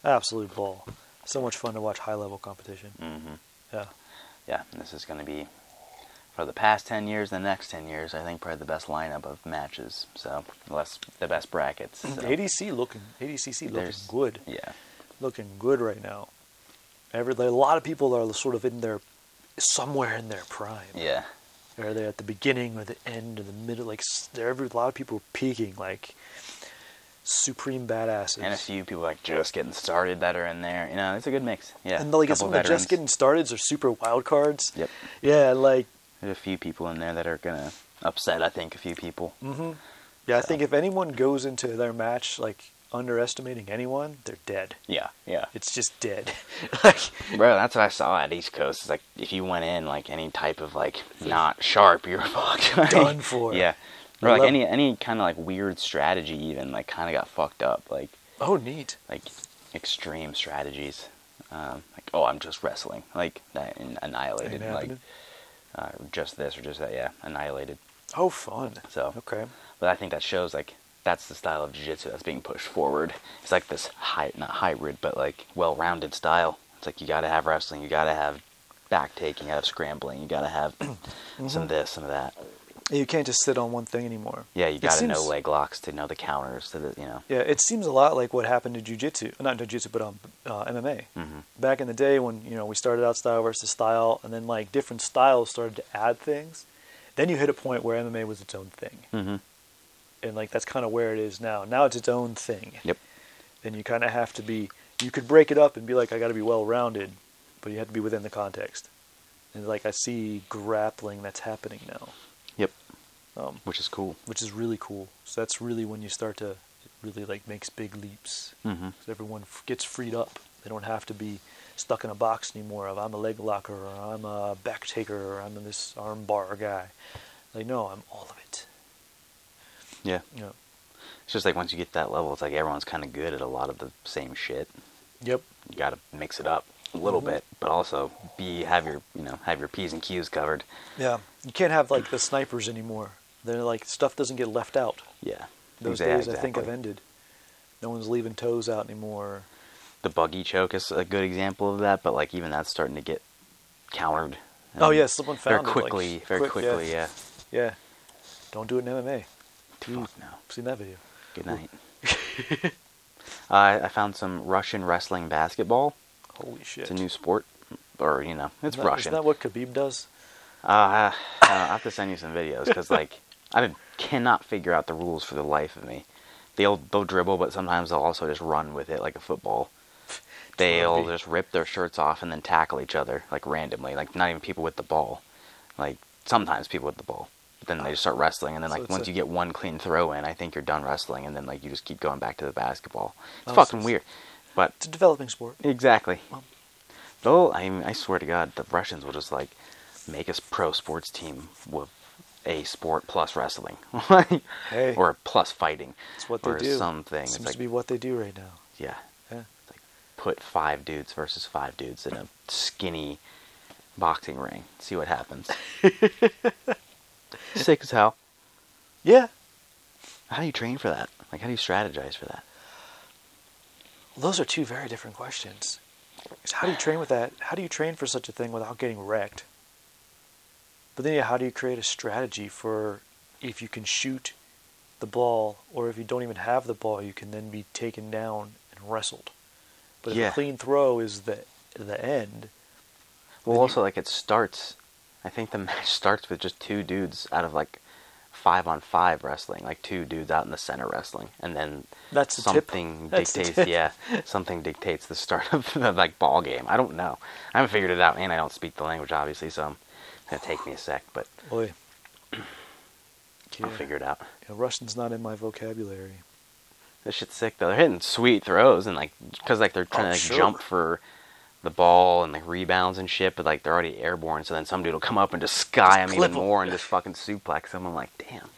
Speaker 1: absolute ball. So much fun to watch high level competition.
Speaker 2: Mhm.
Speaker 1: Yeah.
Speaker 2: yeah, this is gonna be for the past ten years, the next ten years. I think probably the best lineup of matches. So less the best brackets. So.
Speaker 1: ADC looking, ADCC looking
Speaker 2: There's-
Speaker 1: good.
Speaker 2: Yeah,
Speaker 1: looking good right now. Every a lot of people are sort of in their somewhere in their prime.
Speaker 2: yeah.
Speaker 1: Are they at the beginning or the end or the middle? Like s- there, every a lot of people are peaking. Like supreme badasses.
Speaker 2: And a few people like just getting started that are in there. You know, it's a good mix. Yeah.
Speaker 1: And like it's
Speaker 2: couple
Speaker 1: some of the just getting
Speaker 2: veterans.
Speaker 1: started are super wild cards.
Speaker 2: Yep.
Speaker 1: Yeah, like
Speaker 2: There's a few people in there that are gonna upset. I think a few people.
Speaker 1: hmm yeah, I think if anyone goes into their match like underestimating anyone, they're dead.
Speaker 2: Yeah. Yeah.
Speaker 1: It's just dead. [LAUGHS] like
Speaker 2: Bro, that's what I saw at East Coast. It's like if you went in like any type of like not sharp, you're [LAUGHS] fucked. Like,
Speaker 1: Done for.
Speaker 2: Yeah.
Speaker 1: I
Speaker 2: Or like
Speaker 1: love-
Speaker 2: any any kind of like weird strategy even like kind of got fucked up like
Speaker 1: oh neat.
Speaker 2: like extreme strategies um, like oh I'm just wrestling like that and annihilated
Speaker 1: Ain't
Speaker 2: like
Speaker 1: happening.
Speaker 2: uh, just this or just that yeah annihilated
Speaker 1: Oh fun.
Speaker 2: So-
Speaker 1: okay.
Speaker 2: but I think that shows like that's the style of jiu-jitsu that's being pushed forward. It's like this high, not hybrid, but like well-rounded style. It's like you got to have wrestling, you got to have back taking, you got to have scrambling, you got to have [CLEARS THROAT]
Speaker 1: Mm-hmm.
Speaker 2: some of this, some of that.
Speaker 1: You can't just sit on one thing anymore.
Speaker 2: Yeah, you
Speaker 1: It
Speaker 2: got to know
Speaker 1: seems-
Speaker 2: leg locks, to know the counters, to the you know.
Speaker 1: Yeah, it seems a lot like what happened to jujitsu, not jujitsu, but um, uh, MMA.
Speaker 2: Mhm.
Speaker 1: Back in the day when you know we started out style versus style, and then like different styles started to add things. Then you hit a point where MMA was its own thing,
Speaker 2: Mm-hmm.
Speaker 1: and like that's kind of where it is now. Now it's its own thing.
Speaker 2: Yep.
Speaker 1: Then you kind of have to be. You could break it up and be like, I got to be well rounded, but you have to be within the context. And like I see grappling that's happening now,
Speaker 2: Yep.
Speaker 1: um,
Speaker 2: Which is cool.
Speaker 1: which is really cool. So that's really when you start to it really like makes big leaps.
Speaker 2: Mm-hmm.
Speaker 1: So everyone f- gets freed up. They don't have to be stuck in a box anymore of I'm a leg locker or I'm a back taker or I'm this arm bar guy. Like, no, I'm all of it.
Speaker 2: Yeah.
Speaker 1: You know.
Speaker 2: It's just like once you get to that level, it's like everyone's kind of good at a lot of the same shit.
Speaker 1: Yep.
Speaker 2: You got to mix it up a little
Speaker 1: Mhm.
Speaker 2: bit, but also be have your you know have your p's and q's covered.
Speaker 1: Yeah. You can't have like the snipers anymore. They're like stuff doesn't get left out.
Speaker 2: Yeah.
Speaker 1: Those
Speaker 2: Exa-
Speaker 1: days I think have
Speaker 2: exactly.
Speaker 1: ended. No one's leaving toes out anymore.
Speaker 2: the buggy choke is a good example of that, but like even that's starting to get countered.
Speaker 1: oh
Speaker 2: And
Speaker 1: yeah, someone
Speaker 2: very
Speaker 1: found it, like,
Speaker 2: quickly, very
Speaker 1: quick,
Speaker 2: quickly, yeah.
Speaker 1: Yeah. yeah. Don't do it in MMA. Hmm.
Speaker 2: Fuck no.
Speaker 1: I've seen that video. [LAUGHS]
Speaker 2: Good night. I I found some Russian wrestling basketball.
Speaker 1: Holy shit.
Speaker 2: It's a new sport, or you know, it's
Speaker 1: Isn't that-
Speaker 2: Russian.
Speaker 1: Isn't that what Khabib does?
Speaker 2: Uh, I, I have to send you some videos because like I been- cannot figure out the rules for the life of me. They'll they'll dribble, but sometimes they'll also just run with it like a football. They'll
Speaker 1: rugby.
Speaker 2: just rip their shirts off and then tackle each other like randomly, like not even people with the ball. Like sometimes people with the ball, but then they just start wrestling, and then
Speaker 1: So
Speaker 2: like
Speaker 1: it's
Speaker 2: once
Speaker 1: a-
Speaker 2: you get one clean throw in, I think you're done wrestling, and then like you just keep going back to the basketball. It's
Speaker 1: Oh, so
Speaker 2: fucking
Speaker 1: it's-
Speaker 2: weird, but
Speaker 1: It's a developing sport.
Speaker 2: Exactly.
Speaker 1: Well-
Speaker 2: Though I, mean, I swear to God, the Russians will just like make a pro sports team with a sport plus wrestling, [LAUGHS]
Speaker 1: Hey.
Speaker 2: or plus fighting,
Speaker 1: It's what they
Speaker 2: or
Speaker 1: do.
Speaker 2: something.
Speaker 1: Seems
Speaker 2: it's like,
Speaker 1: to be what they do right now.
Speaker 2: yeah,
Speaker 1: Yeah.
Speaker 2: put five dudes versus five dudes in a skinny boxing ring. See
Speaker 1: [LAUGHS]
Speaker 2: what happens. Sick as hell.
Speaker 1: Yeah.
Speaker 2: How do you train for that? Like, how do you strategize for that?
Speaker 1: Those are two very different questions. 'Cause how do you train with that? How do you train for such a thing without getting wrecked? But then, yeah, how do you create a strategy for if you can shoot the ball or if you don't even have the ball, you can then be taken down and wrestled? But if
Speaker 2: Yeah.
Speaker 1: a clean throw is the the end,
Speaker 2: Well, also like it starts. I think the [LAUGHS] match starts with just two dudes out of like five on five wrestling, like two dudes out in the center wrestling, and then
Speaker 1: That's the tip. [LAUGHS]
Speaker 2: something
Speaker 1: That's the
Speaker 2: dictates.
Speaker 1: tip.
Speaker 2: Yeah, something dictates the start of the like ball game. I don't know. I haven't figured it out, and I don't speak the language obviously, so I'm- it's gonna take me a sec, but
Speaker 1: boy,
Speaker 2: I'll
Speaker 1: Yeah.
Speaker 2: figure it out.
Speaker 1: yeah, Russian's not in my vocabulary.
Speaker 2: This shit's sick though. They're hitting sweet throws and like because like they're
Speaker 1: Oh,
Speaker 2: trying to like
Speaker 1: sure.
Speaker 2: jump for the ball and like rebounds and shit, but like they're already airborne. So then some dude will come up and just sky him
Speaker 1: clip
Speaker 2: even
Speaker 1: 'em.
Speaker 2: more and just fucking suplex him. I'm like, damn.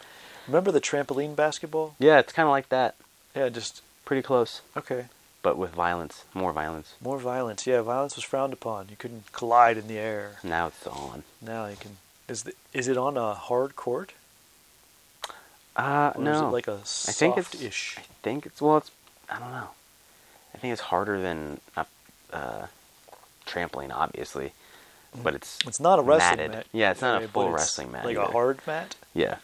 Speaker 1: Remember the trampoline basketball?
Speaker 2: Yeah, it's kind of like that.
Speaker 1: Yeah, just
Speaker 2: Pretty close,
Speaker 1: okay.
Speaker 2: but with violence, more violence.
Speaker 1: More violence. Yeah, violence was frowned upon. You couldn't collide in the air.
Speaker 2: Now it's on.
Speaker 1: Now you can. Is the, is it on a hard court?
Speaker 2: Uh,
Speaker 1: Or
Speaker 2: no.
Speaker 1: Is it like a
Speaker 2: I think it's
Speaker 1: soft-ish?
Speaker 2: I think it's well, it's I don't know. I think it's harder than a uh, trampoline, obviously, but Mm. it's
Speaker 1: It's not a wrestling
Speaker 2: matted.
Speaker 1: mat.
Speaker 2: Yeah, it's not
Speaker 1: okay,
Speaker 2: a
Speaker 1: but
Speaker 2: full
Speaker 1: it's
Speaker 2: wrestling mat.
Speaker 1: Like a
Speaker 2: either.
Speaker 1: hard mat.
Speaker 2: Yeah,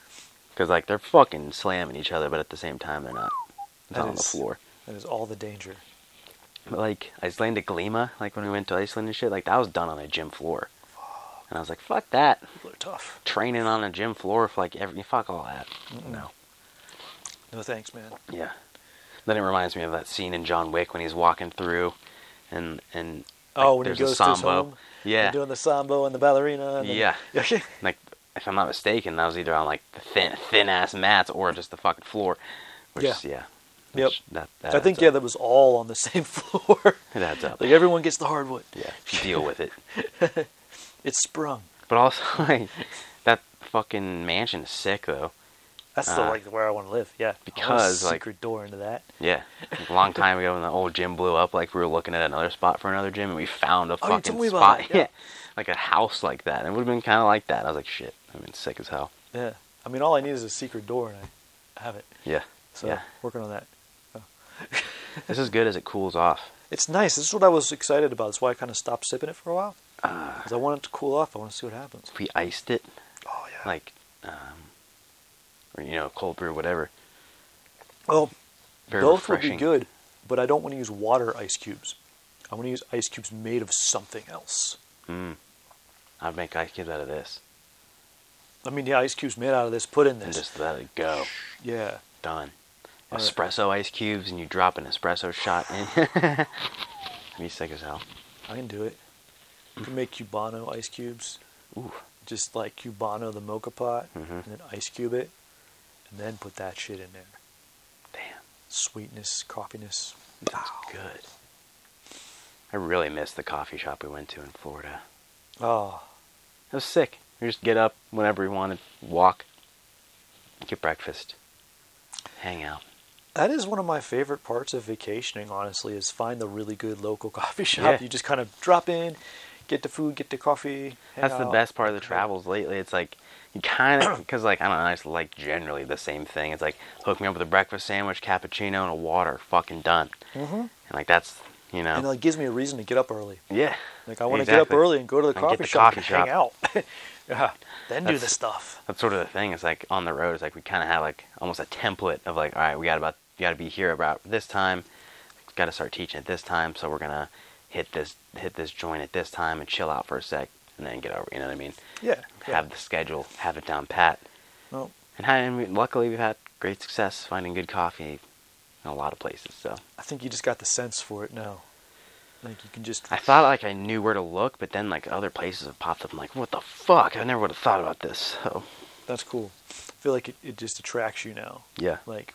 Speaker 2: because like they're fucking slamming each other, but at the same time they're not. It's
Speaker 1: That
Speaker 2: on the
Speaker 1: is-
Speaker 2: floor.
Speaker 1: That is all the danger.
Speaker 2: But like Icelandic Glima, like when we went to Iceland and shit, like that was done on a gym floor, and I was like, fuck that.
Speaker 1: People are tough.
Speaker 2: Training on a gym floor for like every fuck all that. No.
Speaker 1: No thanks, man.
Speaker 2: Yeah. Then it reminds me of that scene in John Wick when he's walking through, and and like,
Speaker 1: oh, when he
Speaker 2: there's
Speaker 1: goes
Speaker 2: a
Speaker 1: to his
Speaker 2: sambo.
Speaker 1: home,
Speaker 2: Yeah,
Speaker 1: and doing the sambo and the ballerina. And the-
Speaker 2: Yeah.
Speaker 1: [LAUGHS] Okay.
Speaker 2: like if I'm not mistaken, that was either on like the thin thin ass mats or just the fucking floor. Which
Speaker 1: Yeah.
Speaker 2: is- yeah.
Speaker 1: Yep.
Speaker 2: Which, That, that
Speaker 1: I think yeah,
Speaker 2: adds
Speaker 1: that was all on the [LAUGHS] same floor.
Speaker 2: up. it adds up. [LAUGHS]
Speaker 1: like everyone gets the hardwood.
Speaker 2: yeah, deal with it.
Speaker 1: It's sprung.
Speaker 2: But also [LAUGHS] like that fucking mansion is sick though.
Speaker 1: That's the,
Speaker 2: Uh,
Speaker 1: like where I want to live. Yeah. I want a
Speaker 2: because, like-
Speaker 1: secret door into that.
Speaker 2: Yeah, Like, a long time ago when the old gym blew up, like we were looking at another spot for another gym, and we found a
Speaker 1: Oh, you
Speaker 2: fucking
Speaker 1: told me about
Speaker 2: spot. [LAUGHS]
Speaker 1: it, yeah.
Speaker 2: like a house like that. It would have been kind of like that. I was like, shit, I've been sick as hell.
Speaker 1: Yeah. I mean, all I need is a secret door, and I have it.
Speaker 2: Yeah,
Speaker 1: So
Speaker 2: Yeah.
Speaker 1: working on that.
Speaker 2: [LAUGHS] this is good as it cools off.
Speaker 1: It's nice. This is what I was excited about. That's why I kind of stopped sipping it for a while.
Speaker 2: Uh,
Speaker 1: 'Cause I want it to cool off. I want to see what happens.
Speaker 2: if we iced it,
Speaker 1: Oh yeah.
Speaker 2: like, um, or you know, cold brew, whatever.
Speaker 1: well,
Speaker 2: Very
Speaker 1: both
Speaker 2: refreshing.
Speaker 1: would be good, but I don't want to use water ice cubes. I want to use ice cubes made of something else.
Speaker 2: Mm. I'd make ice cubes out of this
Speaker 1: I mean, the ice cubes made out of this. Put in
Speaker 2: and
Speaker 1: this.
Speaker 2: just let it go.
Speaker 1: Yeah.
Speaker 2: Done.
Speaker 1: All right.
Speaker 2: Espresso ice cubes, and you drop an espresso shot in. [LAUGHS] be sick as hell.
Speaker 1: I can do it. You can make Cubano ice cubes.
Speaker 2: Ooh.
Speaker 1: Just like Cubano the mocha pot,
Speaker 2: Mhm.
Speaker 1: and then ice cube it, and then put that shit in there.
Speaker 2: Damn,
Speaker 1: Sweetness, coffiness.
Speaker 2: that's good. I really miss the coffee shop we went to in Florida.
Speaker 1: Oh,
Speaker 2: It was sick. We just get up whenever we wanted, walk, get breakfast, hang out.
Speaker 1: that is one of my favorite parts of vacationing. Honestly, is find the really good local [LAUGHS] coffee shop.
Speaker 2: Yeah.
Speaker 1: You just kind of drop in, get the food, get the coffee. hang
Speaker 2: That's the
Speaker 1: out.
Speaker 2: best part of the travels lately. It's like you
Speaker 1: [CLEARS THROAT]
Speaker 2: kind of because like I don't know, I just like generally the same thing. It's like hook me up with a breakfast sandwich, cappuccino, and a water. Fucking done.
Speaker 1: Mhm.
Speaker 2: And like that's you know
Speaker 1: And it gives me a reason to get up early.
Speaker 2: yeah.
Speaker 1: Like I want to get
Speaker 2: Exactly.
Speaker 1: up early and go to the
Speaker 2: And get
Speaker 1: coffee
Speaker 2: the
Speaker 1: shop
Speaker 2: coffee
Speaker 1: and
Speaker 2: shop.
Speaker 1: hang out. [LAUGHS] yeah. Then do
Speaker 2: That's-
Speaker 1: the stuff.
Speaker 2: That's sort of the thing. It's like on the road. It's like we kind of have like almost a template of like all right, we got about got to be here about this time. Got to start teaching at this time, so we're gonna hit this hit this joint at this time and chill out for a sec, and then get over. You know what I mean?
Speaker 1: Yeah. yeah.
Speaker 2: Have the schedule, have it down pat.
Speaker 1: Well,
Speaker 2: And, I, and we- luckily, we've had great success finding good coffee in a lot of places. So
Speaker 1: I think you just got the sense for it now. Like you can just
Speaker 2: I thought like I knew where to look, but then like other places have popped up. I'm like, what the fuck? I never would have thought about this. So
Speaker 1: that's cool. I feel like it, it just attracts you now.
Speaker 2: yeah,
Speaker 1: Like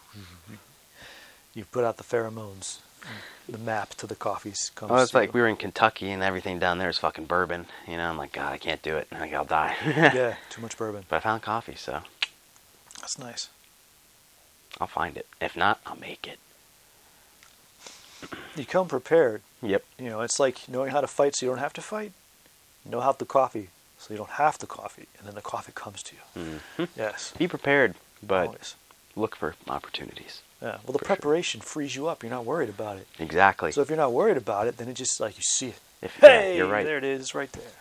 Speaker 1: you put out the pheromones. and The map to the coffees comes.
Speaker 2: oh, it's like we
Speaker 1: through.
Speaker 2: were in Kentucky and everything down there is fucking bourbon. You know, I'm like, God, I can't do it. Like I'll die. [LAUGHS]
Speaker 1: yeah, too much bourbon.
Speaker 2: But I found coffee, so
Speaker 1: That's nice.
Speaker 2: I'll find it. If not, I'll make it.
Speaker 1: You come prepared.
Speaker 2: Yep.
Speaker 1: You know, it's like knowing how to fight so you don't have to fight. Know how to coffee so you don't have the coffee, and then the coffee comes to you.
Speaker 2: Mhm.
Speaker 1: Yes.
Speaker 2: Be prepared, but
Speaker 1: Always.
Speaker 2: look for opportunities.
Speaker 1: Yeah. Well, the
Speaker 2: for sure.
Speaker 1: preparation frees you up. You're not worried about it.
Speaker 2: Exactly.
Speaker 1: So if you're not worried about it, then it just like you see it.
Speaker 2: if
Speaker 1: Hey,
Speaker 2: yeah, you're right.
Speaker 1: There Mm-hmm. it is, right there.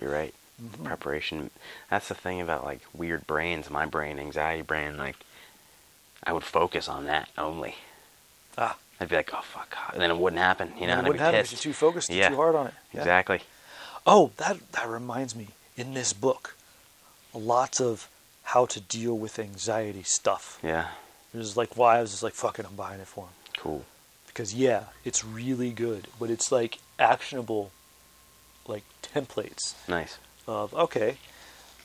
Speaker 2: You're right. Preparation. That's the thing about like weird brains, my brain, anxiety brain. Like, I would focus on that only.
Speaker 1: Ah,
Speaker 2: I'd be like, oh fuck, God," and then it wouldn't happen. You know,
Speaker 1: it
Speaker 2: and I'd
Speaker 1: wouldn't
Speaker 2: be
Speaker 1: happen if
Speaker 2: pissed.
Speaker 1: you're too focused, you're
Speaker 2: Yeah.
Speaker 1: too hard on it. Yeah.
Speaker 2: Exactly.
Speaker 1: Oh, that that reminds me. In this book, lots of how to deal with anxiety stuff.
Speaker 2: Yeah.
Speaker 1: There's like why I was just like, fuck it, I'm buying it for him.
Speaker 2: Cool.
Speaker 1: because yeah, it's really good, but it's like actionable, like templates
Speaker 2: Nice.
Speaker 1: of okay,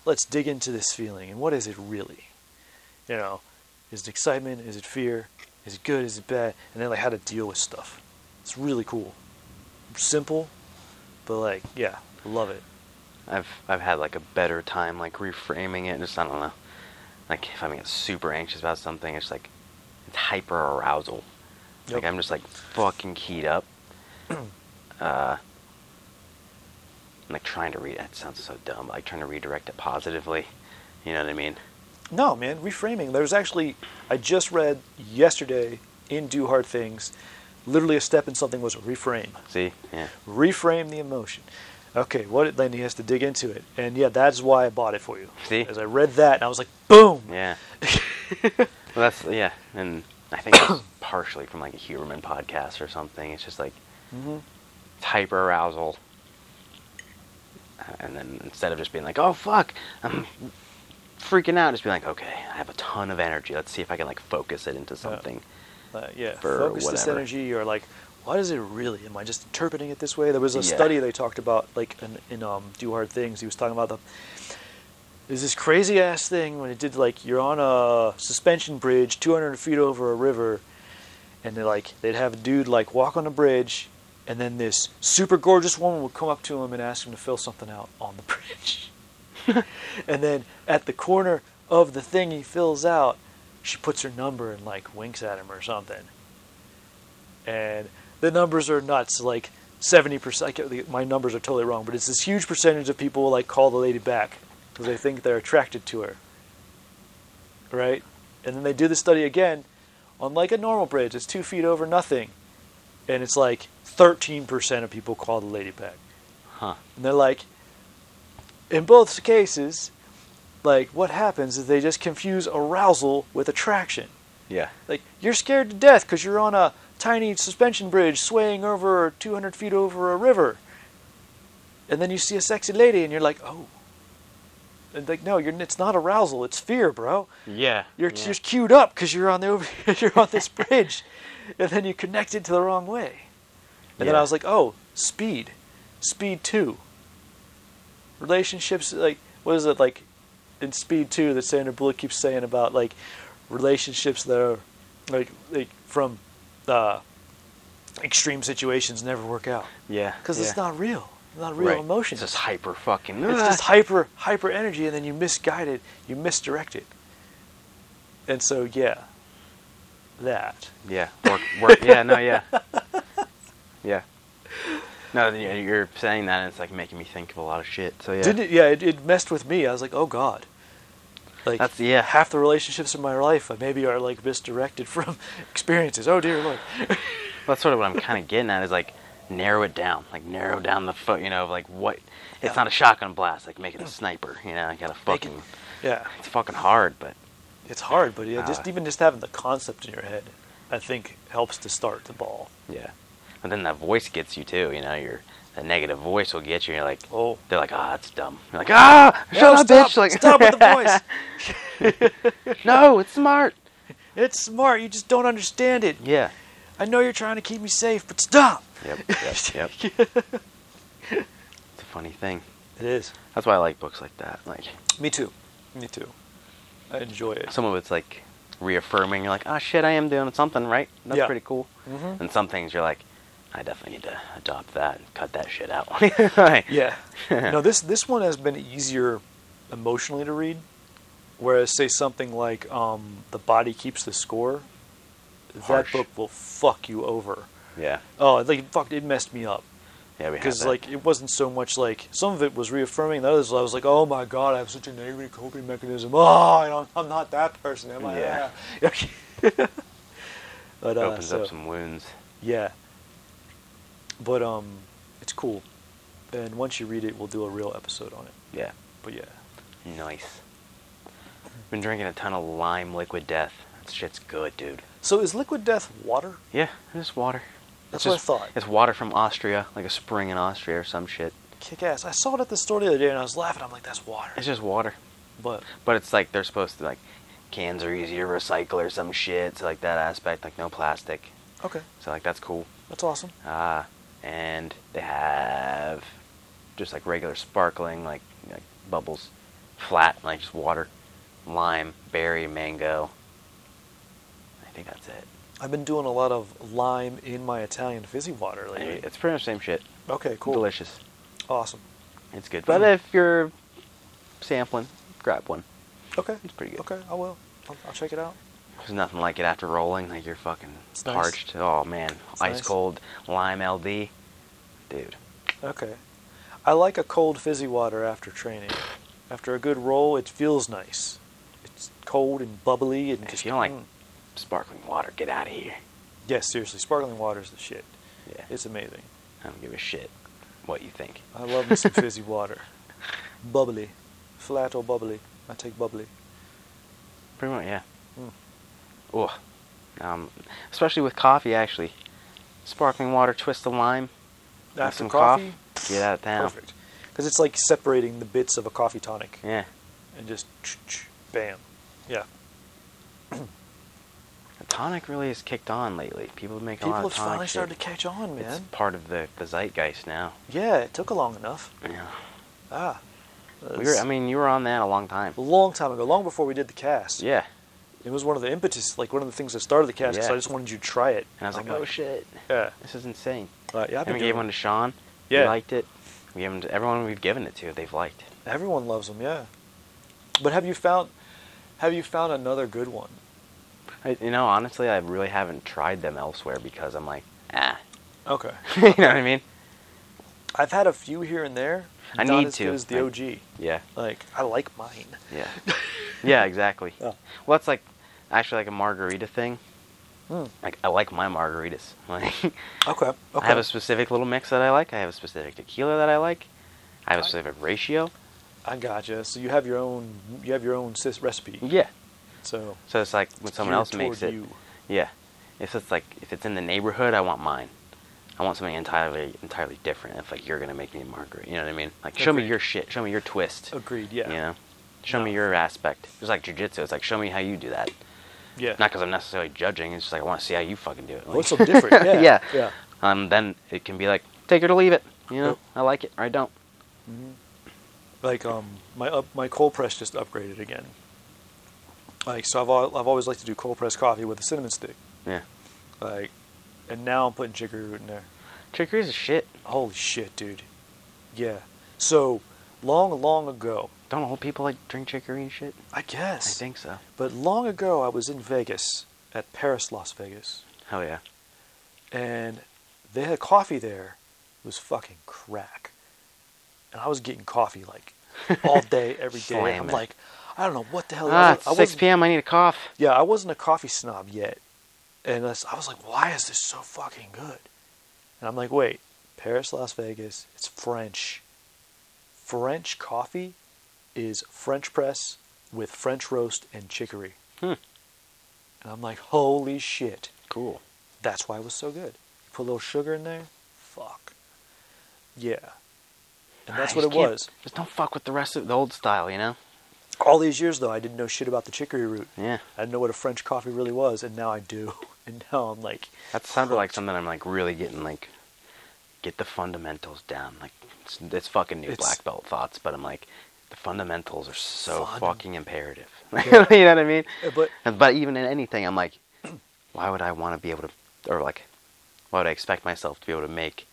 Speaker 1: let's dig into this feeling and what is it really? You know, is it excitement? Is it fear? Is it good? Is it bad? And then like how to deal with stuff. It's really cool, simple, but like yeah, love it.
Speaker 2: I've I've had like a better time like reframing it. Just I don't know. Like if I'm getting super anxious about something, it's like it's hyper arousal. Like
Speaker 1: Yep.
Speaker 2: I'm just like fucking keyed up. uh, I'm like trying to read. That sounds so dumb. Like trying to redirect it positively. You know what I mean?
Speaker 1: No, man, reframing. There's actually, I just read yesterday in Do Hard Things, literally a step in something was reframe.
Speaker 2: See? Yeah.
Speaker 1: reframe the emotion. Okay, what it, then he has to dig into it, and yeah, that's why I bought it for you.
Speaker 2: See?
Speaker 1: as I read that, and I was like, boom. [LAUGHS]
Speaker 2: Yeah. well, that's yeah, and I think
Speaker 1: [COUGHS]
Speaker 2: it's partially from like a Huberman podcast or something. It's just like
Speaker 1: hmm
Speaker 2: hyper arousal. And then instead of just being like, oh fuck, I'm freaking out, just be like, okay, I have a ton of energy. Let's see if I can like focus it into something.
Speaker 1: Uh, yeah,
Speaker 2: For
Speaker 1: focus this
Speaker 2: whatever.
Speaker 1: energy, or like, what is it really? Am I just interpreting it this way? There was a
Speaker 2: Yeah.
Speaker 1: study they talked about, like in, in um, Do Hard Things, he was talking about the. There's this crazy ass thing when it did like you're on a suspension bridge 200 feet over a river, and they like they'd have a dude like walk on the bridge, and then this super gorgeous woman would come up to him and ask him to fill something out on the [LAUGHS] bridge. And then at the corner of the thing he fills out, she puts her number and like winks at him or something. And the numbers are nuts. Like seventy percent. My numbers are totally wrong, but it's this huge percentage of people will like call the lady back because they think they're attracted to her. Right? And then they do the study again on like a normal bridge. It's two feet over nothing, and it's like thirteen percent of people call the lady back.
Speaker 2: Huh.
Speaker 1: And they're like, in both cases, like what happens is they just confuse arousal with attraction.
Speaker 2: Yeah.
Speaker 1: Like you're scared to death because you're on a tiny suspension bridge swaying over 200 feet over a river, and then you see a sexy lady and you're like, oh. And like, no, you're, it's not arousal. It's fear, bro.
Speaker 2: Yeah.
Speaker 1: You're just queued up because you're on the over, [LAUGHS] you're on this bridge, and then you connect it to the wrong way. And then
Speaker 2: Yeah.
Speaker 1: I was like, oh, speed, speed two. Relationships like what is it like in speed two that Sandra Bullock keeps saying about like relationships that are like like from uh, extreme situations never work out
Speaker 2: Yeah.
Speaker 1: because
Speaker 2: yeah.
Speaker 1: it's not real, not real
Speaker 2: Right.
Speaker 1: emotion.
Speaker 2: It's just hyper fucking.
Speaker 1: It's
Speaker 2: [LAUGHS]
Speaker 1: just hyper hyper energy, and then you misguide it, you misdirect it, and so yeah, that
Speaker 2: Yeah. Work. Work. yeah.
Speaker 1: [LAUGHS]
Speaker 2: No. Yeah. Yeah. No, you- you're saying that, and it's like making me think of a lot of shit. So yeah.
Speaker 1: didn't it, yeah it, it messed with me. I was like, oh god, like
Speaker 2: That's- yeah.
Speaker 1: half the relationships in my life I maybe are like misdirected [LAUGHS] from experiences. Oh dear lord,
Speaker 2: Well, that's sort of what I'm kind of getting at is like narrow it down, like narrow down the foot, you know, like what? It's not a shotgun blast, like make it a sniper, you know. I gotta
Speaker 1: Make it-
Speaker 2: fucking.
Speaker 1: yeah,
Speaker 2: It's fucking hard, but
Speaker 1: it's hard, but yeah, just
Speaker 2: Uh,
Speaker 1: even just having the concept in your head, I think helps to start the ball.
Speaker 2: yeah. And then that voice gets you too, you know. Your that negative voice will get you. You're like,
Speaker 1: Oh.
Speaker 2: they're like, ah, it's dumb. You're like, ah, [LAUGHS] shut up,
Speaker 1: stop,
Speaker 2: bitch. Like,
Speaker 1: stop
Speaker 2: [LAUGHS]
Speaker 1: with the voice.
Speaker 2: no, it's smart.
Speaker 1: It's smart. You just don't understand it.
Speaker 2: Yeah.
Speaker 1: I know you're trying to keep me safe, but stop. [LAUGHS]
Speaker 2: Yep. Yep. Yep. it's a funny thing.
Speaker 1: It is.
Speaker 2: That's why I like books like that. Like
Speaker 1: Me too. Me too. I enjoy it.
Speaker 2: some of it's like reaffirming. You're like, ah, shit, I am doing something right. That's
Speaker 1: Yeah.
Speaker 2: pretty cool.
Speaker 1: Mhm.
Speaker 2: And some things you're like, I definitely need to adopt that and cut that shit out. [LAUGHS] Right. [LAUGHS]
Speaker 1: Yeah. no, this this one has been easier emotionally to read, whereas say something like um, "The Body Keeps the Score,"
Speaker 2: Harsh.
Speaker 1: that book will fuck you over.
Speaker 2: Yeah.
Speaker 1: Oh, like it fucked, it messed me up
Speaker 2: Yeah. We had
Speaker 1: because
Speaker 2: that.
Speaker 1: like it wasn't so much like some of it was reaffirming. The others I was like, oh my god, I have such a negative coping mechanism. Oh, I don't, I'm not that person, am I? [LAUGHS]
Speaker 2: Yeah.
Speaker 1: but
Speaker 2: it
Speaker 1: uh,
Speaker 2: opens
Speaker 1: so-
Speaker 2: up some wounds.
Speaker 1: yeah. But um, it's cool, and once you read it, we'll do a real episode on it.
Speaker 2: Yeah.
Speaker 1: But yeah,
Speaker 2: Nice. Been drinking a ton of lime liquid death. That shit's good, dude.
Speaker 1: so is liquid death water?
Speaker 2: Yeah, just water.
Speaker 1: That's
Speaker 2: It's
Speaker 1: what I
Speaker 2: just-
Speaker 1: thought.
Speaker 2: It's water from Austria, like a spring in Austria or some shit.
Speaker 1: Kick ass. I saw it at the store the other day, and I was laughing. I'm like, that's water.
Speaker 2: It's just water.
Speaker 1: But
Speaker 2: But it's like they're supposed to like cans are easy to recycle or some shit. So like that aspect, like no plastic.
Speaker 1: okay,
Speaker 2: So like that's cool.
Speaker 1: that's awesome.
Speaker 2: Ah, and they have just like regular sparkling, like like bubbles, flat, like just water, lime, berry, mango. I think that's it.
Speaker 1: I've been doing a lot of lime in my Italian fizzy water lately.
Speaker 2: It's pretty much the same shit.
Speaker 1: Okay, cool.
Speaker 2: Delicious.
Speaker 1: Awesome.
Speaker 2: It's good. But if you're sampling, grab one.
Speaker 1: Okay.
Speaker 2: It's pretty good.
Speaker 1: Okay, I will. I'll, I'll check it out.
Speaker 2: There's nothing like it after rolling. Like you're fucking
Speaker 1: It's nice.
Speaker 2: parched. Oh man,
Speaker 1: It's
Speaker 2: ice
Speaker 1: nice.
Speaker 2: cold lime LD, dude.
Speaker 1: Okay. I like a cold fizzy water after training. After a good roll, it feels nice. It's cold and bubbly and
Speaker 2: If
Speaker 1: just
Speaker 2: you don't like
Speaker 1: mm.
Speaker 2: sparkling water, get out of here.
Speaker 1: Yes, seriously, sparkling water is the shit.
Speaker 2: Yeah,
Speaker 1: It's amazing.
Speaker 2: I don't give a shit what you think.
Speaker 1: I love me
Speaker 2: [LAUGHS]
Speaker 1: some fizzy water. Bubbly, flat or bubbly. I take bubbly.
Speaker 2: Pretty much, yeah.
Speaker 1: Mm.
Speaker 2: Oh, um, especially with coffee, actually. Sparkling water, twist of lime, with
Speaker 1: After
Speaker 2: some
Speaker 1: coffee,
Speaker 2: cough, get out of town.
Speaker 1: perfect. Because it's like separating the bits of a coffee tonic
Speaker 2: Yeah,
Speaker 1: and just ch- ch- bam. Yeah.
Speaker 2: The tonic really has kicked on lately. People make a
Speaker 1: People
Speaker 2: lot
Speaker 1: have
Speaker 2: of tonic
Speaker 1: finally
Speaker 2: shake.
Speaker 1: started to catch on, man.
Speaker 2: It's part of the, the zeitgeist now.
Speaker 1: Yeah, it took long enough.
Speaker 2: Yeah.
Speaker 1: Ah,
Speaker 2: We were,
Speaker 1: that's
Speaker 2: I mean, you were on that a long time.
Speaker 1: a long time ago, long before we did the cast.
Speaker 2: Yeah.
Speaker 1: it was one of the impetus, like one of the things that started the cast. 'cause
Speaker 2: Yeah.
Speaker 1: I just wanted you to try it,
Speaker 2: And I was
Speaker 1: I'm
Speaker 2: like, oh shit,
Speaker 1: yeah.
Speaker 2: this is insane.
Speaker 1: Uh, yeah, I've
Speaker 2: And
Speaker 1: been
Speaker 2: we
Speaker 1: doing
Speaker 2: gave one to Sean. He
Speaker 1: Yeah.
Speaker 2: liked it. We gave 'em to everyone we've given it to. They've liked. it.
Speaker 1: Everyone loves them, yeah. But have you found, have you found another good one?
Speaker 2: I, you know, honestly, I really haven't tried them elsewhere because I'm like, ah. [LAUGHS]
Speaker 1: Okay,
Speaker 2: you know what I mean?
Speaker 1: I've had a few here and there.
Speaker 2: I
Speaker 1: not
Speaker 2: need
Speaker 1: as
Speaker 2: to.
Speaker 1: good as the
Speaker 2: I-
Speaker 1: OG.
Speaker 2: Yeah.
Speaker 1: Like I like mine. [LAUGHS]
Speaker 2: Yeah. yeah. Exactly.
Speaker 1: Yeah.
Speaker 2: Well, that's like actually like a margarita thing.
Speaker 1: Mm.
Speaker 2: Like I like my margaritas. [LAUGHS] Like
Speaker 1: Okay. Okay.
Speaker 2: I have a specific little mix that I like. I have a specific tequila that I like. I have a specific ratio.
Speaker 1: I gotcha. So you have your own, you have your own sis recipe.
Speaker 2: Yeah.
Speaker 1: So
Speaker 2: So it's like when someone
Speaker 1: geared
Speaker 2: else makes
Speaker 1: toward
Speaker 2: it.
Speaker 1: you.
Speaker 2: Yeah. If it's like if it's in the neighborhood, I want mine. I want something entirely entirely different. If like you're gonna make me a margarita, you know what I mean? Like show me
Speaker 1: Agreed.
Speaker 2: your shit. Show me your twist.
Speaker 1: Agreed. Yeah.
Speaker 2: You know. Show me
Speaker 1: No.
Speaker 2: your aspect. It's like jujitsu. It's like show me how you do that.
Speaker 1: Yeah.
Speaker 2: Not because I'm necessarily judging. It's just like I want to see how you fucking do it. Like,
Speaker 1: What's so
Speaker 2: [LAUGHS]
Speaker 1: different? Yeah.
Speaker 2: Yeah.
Speaker 1: Yeah.
Speaker 2: um, then it can be like take it or leave it. You know,
Speaker 1: Yep.
Speaker 2: I like it or I don't.
Speaker 1: Like um, my up, my cold press just upgraded again. Like so, I've al- I've always liked to do cold press coffee with a cinnamon stick.
Speaker 2: Yeah.
Speaker 1: Like, and now I'm putting chicory root in there.
Speaker 2: Chicory is shit.
Speaker 1: Holy shit, dude. Yeah. So long, long ago,
Speaker 2: Don't old people like drink chicory and shit?
Speaker 1: I
Speaker 2: I
Speaker 1: guess.
Speaker 2: think so.
Speaker 1: But long ago, I was in Vegas at Paris, Las Vegas,
Speaker 2: Hell yeah.
Speaker 1: and they had coffee there. It was fucking crack, and I was getting coffee like
Speaker 2: [LAUGHS]
Speaker 1: all day, every day.
Speaker 2: Slam
Speaker 1: I'm
Speaker 2: it.
Speaker 1: like, I don't know what the hell. I
Speaker 2: Ah,
Speaker 1: was-
Speaker 2: it's
Speaker 1: I
Speaker 2: 6
Speaker 1: wasn't-
Speaker 2: p.m. I need a cough.
Speaker 1: Yeah, I wasn't a coffee snob yet, and that's- I was like, why is this so fucking good? And I'm like, wait, Paris, Las Vegas, it's French. French coffee is French press with French roast and chicory.
Speaker 2: Hmm.
Speaker 1: And I'm like, holy shit.
Speaker 2: Cool.
Speaker 1: That's why it was so good. Put a little sugar in there. Fuck. Yeah. And that's
Speaker 2: I
Speaker 1: what
Speaker 2: just
Speaker 1: it
Speaker 2: Ah, can't-
Speaker 1: was.
Speaker 2: Just don't fuck with the rest of the old style, you know?
Speaker 1: All these years, though, I didn't know shit about the chicory root.
Speaker 2: Yeah.
Speaker 1: I didn't know what a French coffee really was, and now I do. [LAUGHS] And now I'm like,
Speaker 2: That sounded like something I'm like really getting like get the fundamentals down. Like it's, it's fucking new
Speaker 1: It's-
Speaker 2: black belt thoughts, but I'm like the fundamentals are so
Speaker 1: Fun-
Speaker 2: fucking imperative. [LAUGHS] you know
Speaker 1: Yeah.
Speaker 2: what I mean?
Speaker 1: eh, but
Speaker 2: And- But even in anything, I'm like, why would I want to be able to, or like, why would I expect myself to be able to make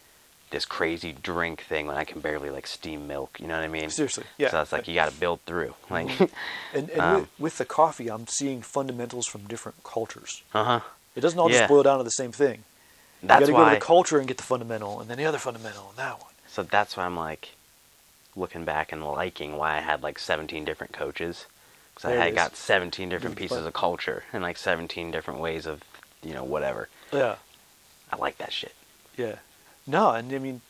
Speaker 2: this crazy drink thing when I can barely like steam milk? You know what I mean?
Speaker 1: seriously, yeah. Mm-hmm.
Speaker 2: So it's like you got to build through. Like, [LAUGHS]
Speaker 1: and and
Speaker 2: um,
Speaker 1: with, with the coffee, I'm seeing fundamentals from different cultures.
Speaker 2: uh huh.
Speaker 1: It doesn't all
Speaker 2: Yeah.
Speaker 1: just boil down to the same thing. you
Speaker 2: That's
Speaker 1: got to
Speaker 2: why.
Speaker 1: go to the culture and get the fundamental, and then the other fundamental, and that one.
Speaker 2: So that's why I'm like looking back and liking why I had like 17 different coaches because I
Speaker 1: There it
Speaker 2: had
Speaker 1: is.
Speaker 2: got 17 different
Speaker 1: Different
Speaker 2: pieces
Speaker 1: fun-
Speaker 2: of culture and like 17 different ways of you know whatever.
Speaker 1: Yeah,
Speaker 2: I like that shit.
Speaker 1: yeah. No, and I mean,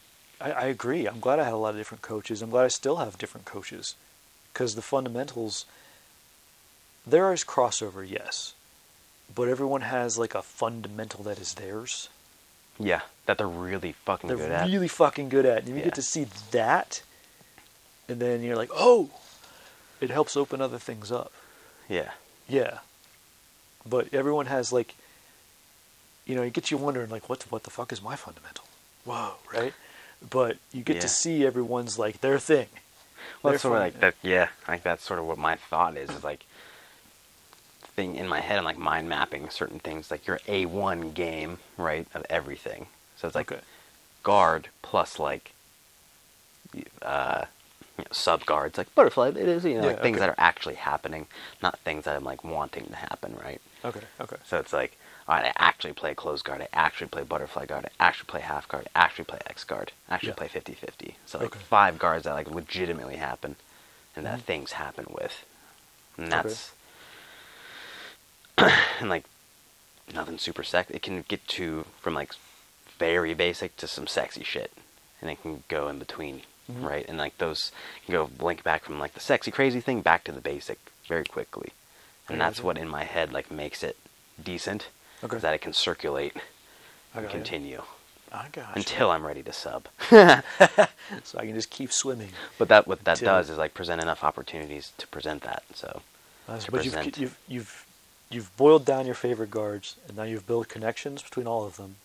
Speaker 1: I, I agree. I'm glad I had a lot of different coaches. I'm glad I still have different coaches because the fundamentals. There is crossover, yes, but everyone has like a fundamental that is theirs.
Speaker 2: Yeah, that they're really fucking good
Speaker 1: they're
Speaker 2: at.
Speaker 1: really fucking good at. And you
Speaker 2: Yeah.
Speaker 1: get to see that, and then you're like, oh, it helps open other things up.
Speaker 2: Yeah,
Speaker 1: Yeah, but everyone has like, you know, it gets you wondering like, what what the fuck is my fundamental? Whoa, right? But you get
Speaker 2: Yeah.
Speaker 1: to see everyone's like their thing.
Speaker 2: well, that's sort of
Speaker 1: Therefore-
Speaker 2: like that. Yeah, like that's sort of what my thought is. Is like thing in my head. I'm like mind mapping certain things. Like your A1 game, right, of everything. So it's like
Speaker 1: okay,
Speaker 2: guard plus like y- uh, you know, sub guards, like butterfly. It is you know
Speaker 1: Yeah,
Speaker 2: like things
Speaker 1: okay.
Speaker 2: that are actually happening, not things that I'm like wanting to happen, right?
Speaker 1: okay, okay.
Speaker 2: So it's like, all right, I actually play close guard, I actually play butterfly guard, I actually play half guard, I actually play X guard, I actually
Speaker 1: Yeah.
Speaker 2: play 50-50. So like
Speaker 1: Okay.
Speaker 2: five guards that like legitimately happen, and that
Speaker 1: Mhm.
Speaker 2: things happen with, and
Speaker 1: Okay.
Speaker 2: that's [CLEARS THROAT] and like nothing super sexy. It can get to from like very basic to some sexy shit, and it can go in between,
Speaker 1: Mhm.
Speaker 2: right? And like those can go link back from like the sexy crazy thing back to the basic very quickly, and
Speaker 1: I
Speaker 2: that's
Speaker 1: gotcha.
Speaker 2: what in my head like makes it decent,
Speaker 1: Okay.
Speaker 2: is that it can circulate
Speaker 1: I
Speaker 2: and
Speaker 1: got
Speaker 2: continue
Speaker 1: You. I got you.
Speaker 2: until I'm ready to sub.
Speaker 1: so I can just keep swimming.
Speaker 2: But that what that
Speaker 1: Until-
Speaker 2: does is like present enough opportunities to present that. So
Speaker 1: That's- Uh, but you've,
Speaker 2: present.
Speaker 1: you've you've you've boiled down your favorite guards, and now you've built connections between all of them,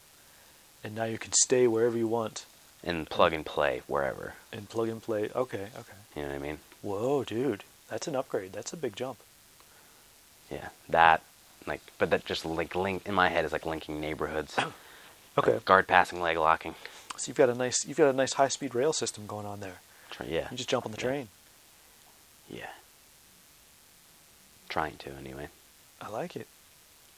Speaker 1: and now you can stay wherever you want
Speaker 2: and plug and play wherever.
Speaker 1: and plug and play. Okay, okay.
Speaker 2: You know what I mean?
Speaker 1: Whoa, dude, that's an upgrade. That's a big jump.
Speaker 2: Yeah, that like, but that just like link in my head is like linking
Speaker 1: [COUGHS]
Speaker 2: neighborhoods.
Speaker 1: Okay,
Speaker 2: Like, guard passing, leg locking.
Speaker 1: so you've got a nice you've got a nice high speed rail system going on there.
Speaker 2: Try, yeah,
Speaker 1: You just jump on the
Speaker 2: Yeah.
Speaker 1: train.
Speaker 2: yeah. Trying to anyway.
Speaker 1: I like it.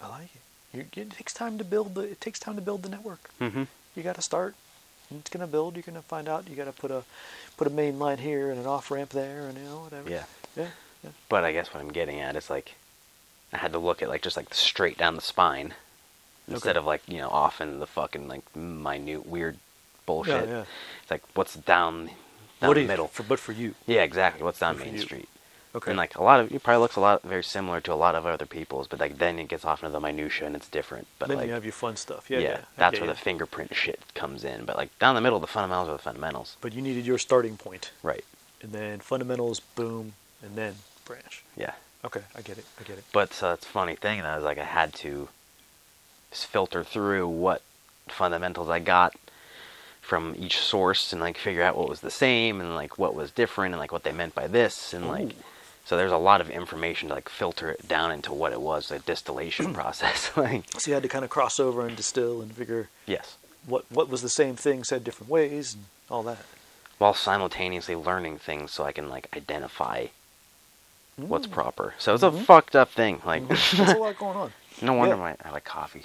Speaker 1: I like it. You, it takes time to build the it takes time to build the network.
Speaker 2: Mm-hmm.
Speaker 1: you got to start. and It's gonna build. You're gonna find out. You got to put a put a main line here and an off ramp there, and you know whatever.
Speaker 2: Yeah,
Speaker 1: yeah, yeah.
Speaker 2: but I guess what I'm getting at is like, I had to look at like just like straight down the spine, instead
Speaker 1: Okay.
Speaker 2: of like you know off into the fucking like minute weird bullshit.
Speaker 1: yeah.
Speaker 2: It's like what's down, down
Speaker 1: What
Speaker 2: the
Speaker 1: is-
Speaker 2: middle.
Speaker 1: for, but for you,
Speaker 2: Yeah, exactly. What's down
Speaker 1: Good for
Speaker 2: Main
Speaker 1: you.
Speaker 2: Street?
Speaker 1: okay.
Speaker 2: And like a lot of it probably looks a lot very similar to a lot of other people's, but like then it gets off into the minutia and it's different. But
Speaker 1: then
Speaker 2: like
Speaker 1: you have your fun stuff. Yeah, yeah.
Speaker 2: that's
Speaker 1: Okay,
Speaker 2: where
Speaker 1: yeah.
Speaker 2: the fingerprint shit comes in. But like down the middle, the fundamentals are the fundamentals.
Speaker 1: But you needed your starting point,
Speaker 2: Right.
Speaker 1: and then fundamentals, boom, and then branch.
Speaker 2: Yeah.
Speaker 1: Okay, I get it. I get it.
Speaker 2: But so that's a funny thing. That I was like, I had to s- filter through what fundamentals I got from each source and like figure out what was the same and like what was different and like what they meant by this and like.
Speaker 1: Ooh.
Speaker 2: So there's a lot of information to like filter it down into what it was,
Speaker 1: [CLEARS THROAT]
Speaker 2: a distillation process. [LAUGHS] like,
Speaker 1: So you had to kind of cross over and distill and figure
Speaker 2: yes.
Speaker 1: what what was the same thing said different ways and all that.
Speaker 2: while simultaneously learning things so I can like identify
Speaker 1: Mm.
Speaker 2: what's proper. So it's a fucked up thing. Like
Speaker 1: There's a lot going on.
Speaker 2: [LAUGHS] no wonder
Speaker 1: Mm-hmm. Yeah.
Speaker 2: my I like coffee.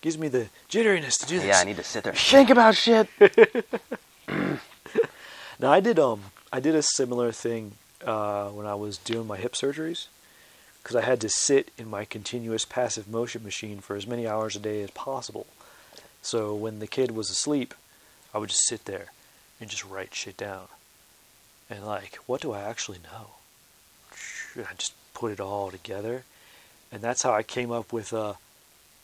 Speaker 1: Gives me the jitteriness to do this.
Speaker 2: Yeah, I need to sit there and think
Speaker 1: [LAUGHS]
Speaker 2: about shit.
Speaker 1: Now I did um I did a similar thing uh, when I was doing my hip surgeries because I had to sit in my continuous passive motion machine for as many hours a day as possible. So when the kid was asleep, I would just sit there and just write shit down. And like, what do I actually know? And I just put it all together, and that's how I came up with uh,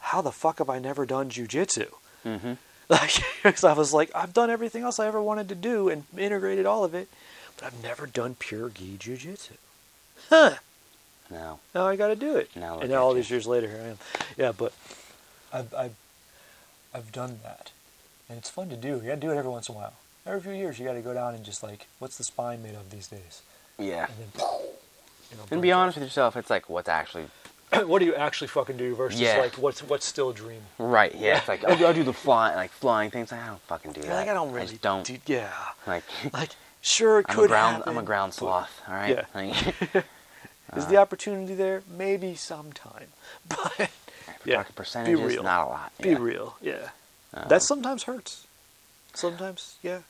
Speaker 1: how the fuck have I never done jujitsu?
Speaker 2: Mm-hmm.
Speaker 1: [LAUGHS] Like, 'cause I was like, I've done everything else I ever wanted to do and integrated all of it, but I've never done pure gi jujitsu. Huh?
Speaker 2: No.
Speaker 1: Now I got to do it.
Speaker 2: Now look
Speaker 1: and now all
Speaker 2: at you.
Speaker 1: these years later, here I am. Yeah, but I've, I've, I've done that, and it's fun to do. You got to do it every once in a while. Every few years, you got to go down and just like, what's the spine made of these days?
Speaker 2: Yeah.
Speaker 1: And then, you know,
Speaker 2: And be
Speaker 1: break
Speaker 2: honest with yourself, it's like what's actually
Speaker 1: it. [COUGHS] what do you actually fucking do versus
Speaker 2: Yeah.
Speaker 1: like what's what's still a dream?
Speaker 2: right. Yeah, it's like I do, I do the flying, like flying things. I don't fucking do that.
Speaker 1: Like I don't really
Speaker 2: I just don't.
Speaker 1: do- yeah, [LAUGHS]
Speaker 2: Like
Speaker 1: like sure it
Speaker 2: I'm
Speaker 1: could
Speaker 2: a ground.
Speaker 1: happen,
Speaker 2: I'm a ground
Speaker 1: but-
Speaker 2: sloth. All right.
Speaker 1: Yeah.
Speaker 2: Like, Uh,
Speaker 1: Is the opportunity there? Maybe sometime, [LAUGHS] but [LAUGHS] yeah,
Speaker 2: percentages,
Speaker 1: be real.
Speaker 2: not a lot.
Speaker 1: Be
Speaker 2: yeah.
Speaker 1: real. Yeah,
Speaker 2: Um,
Speaker 1: that sometimes hurts. Sometimes, yeah.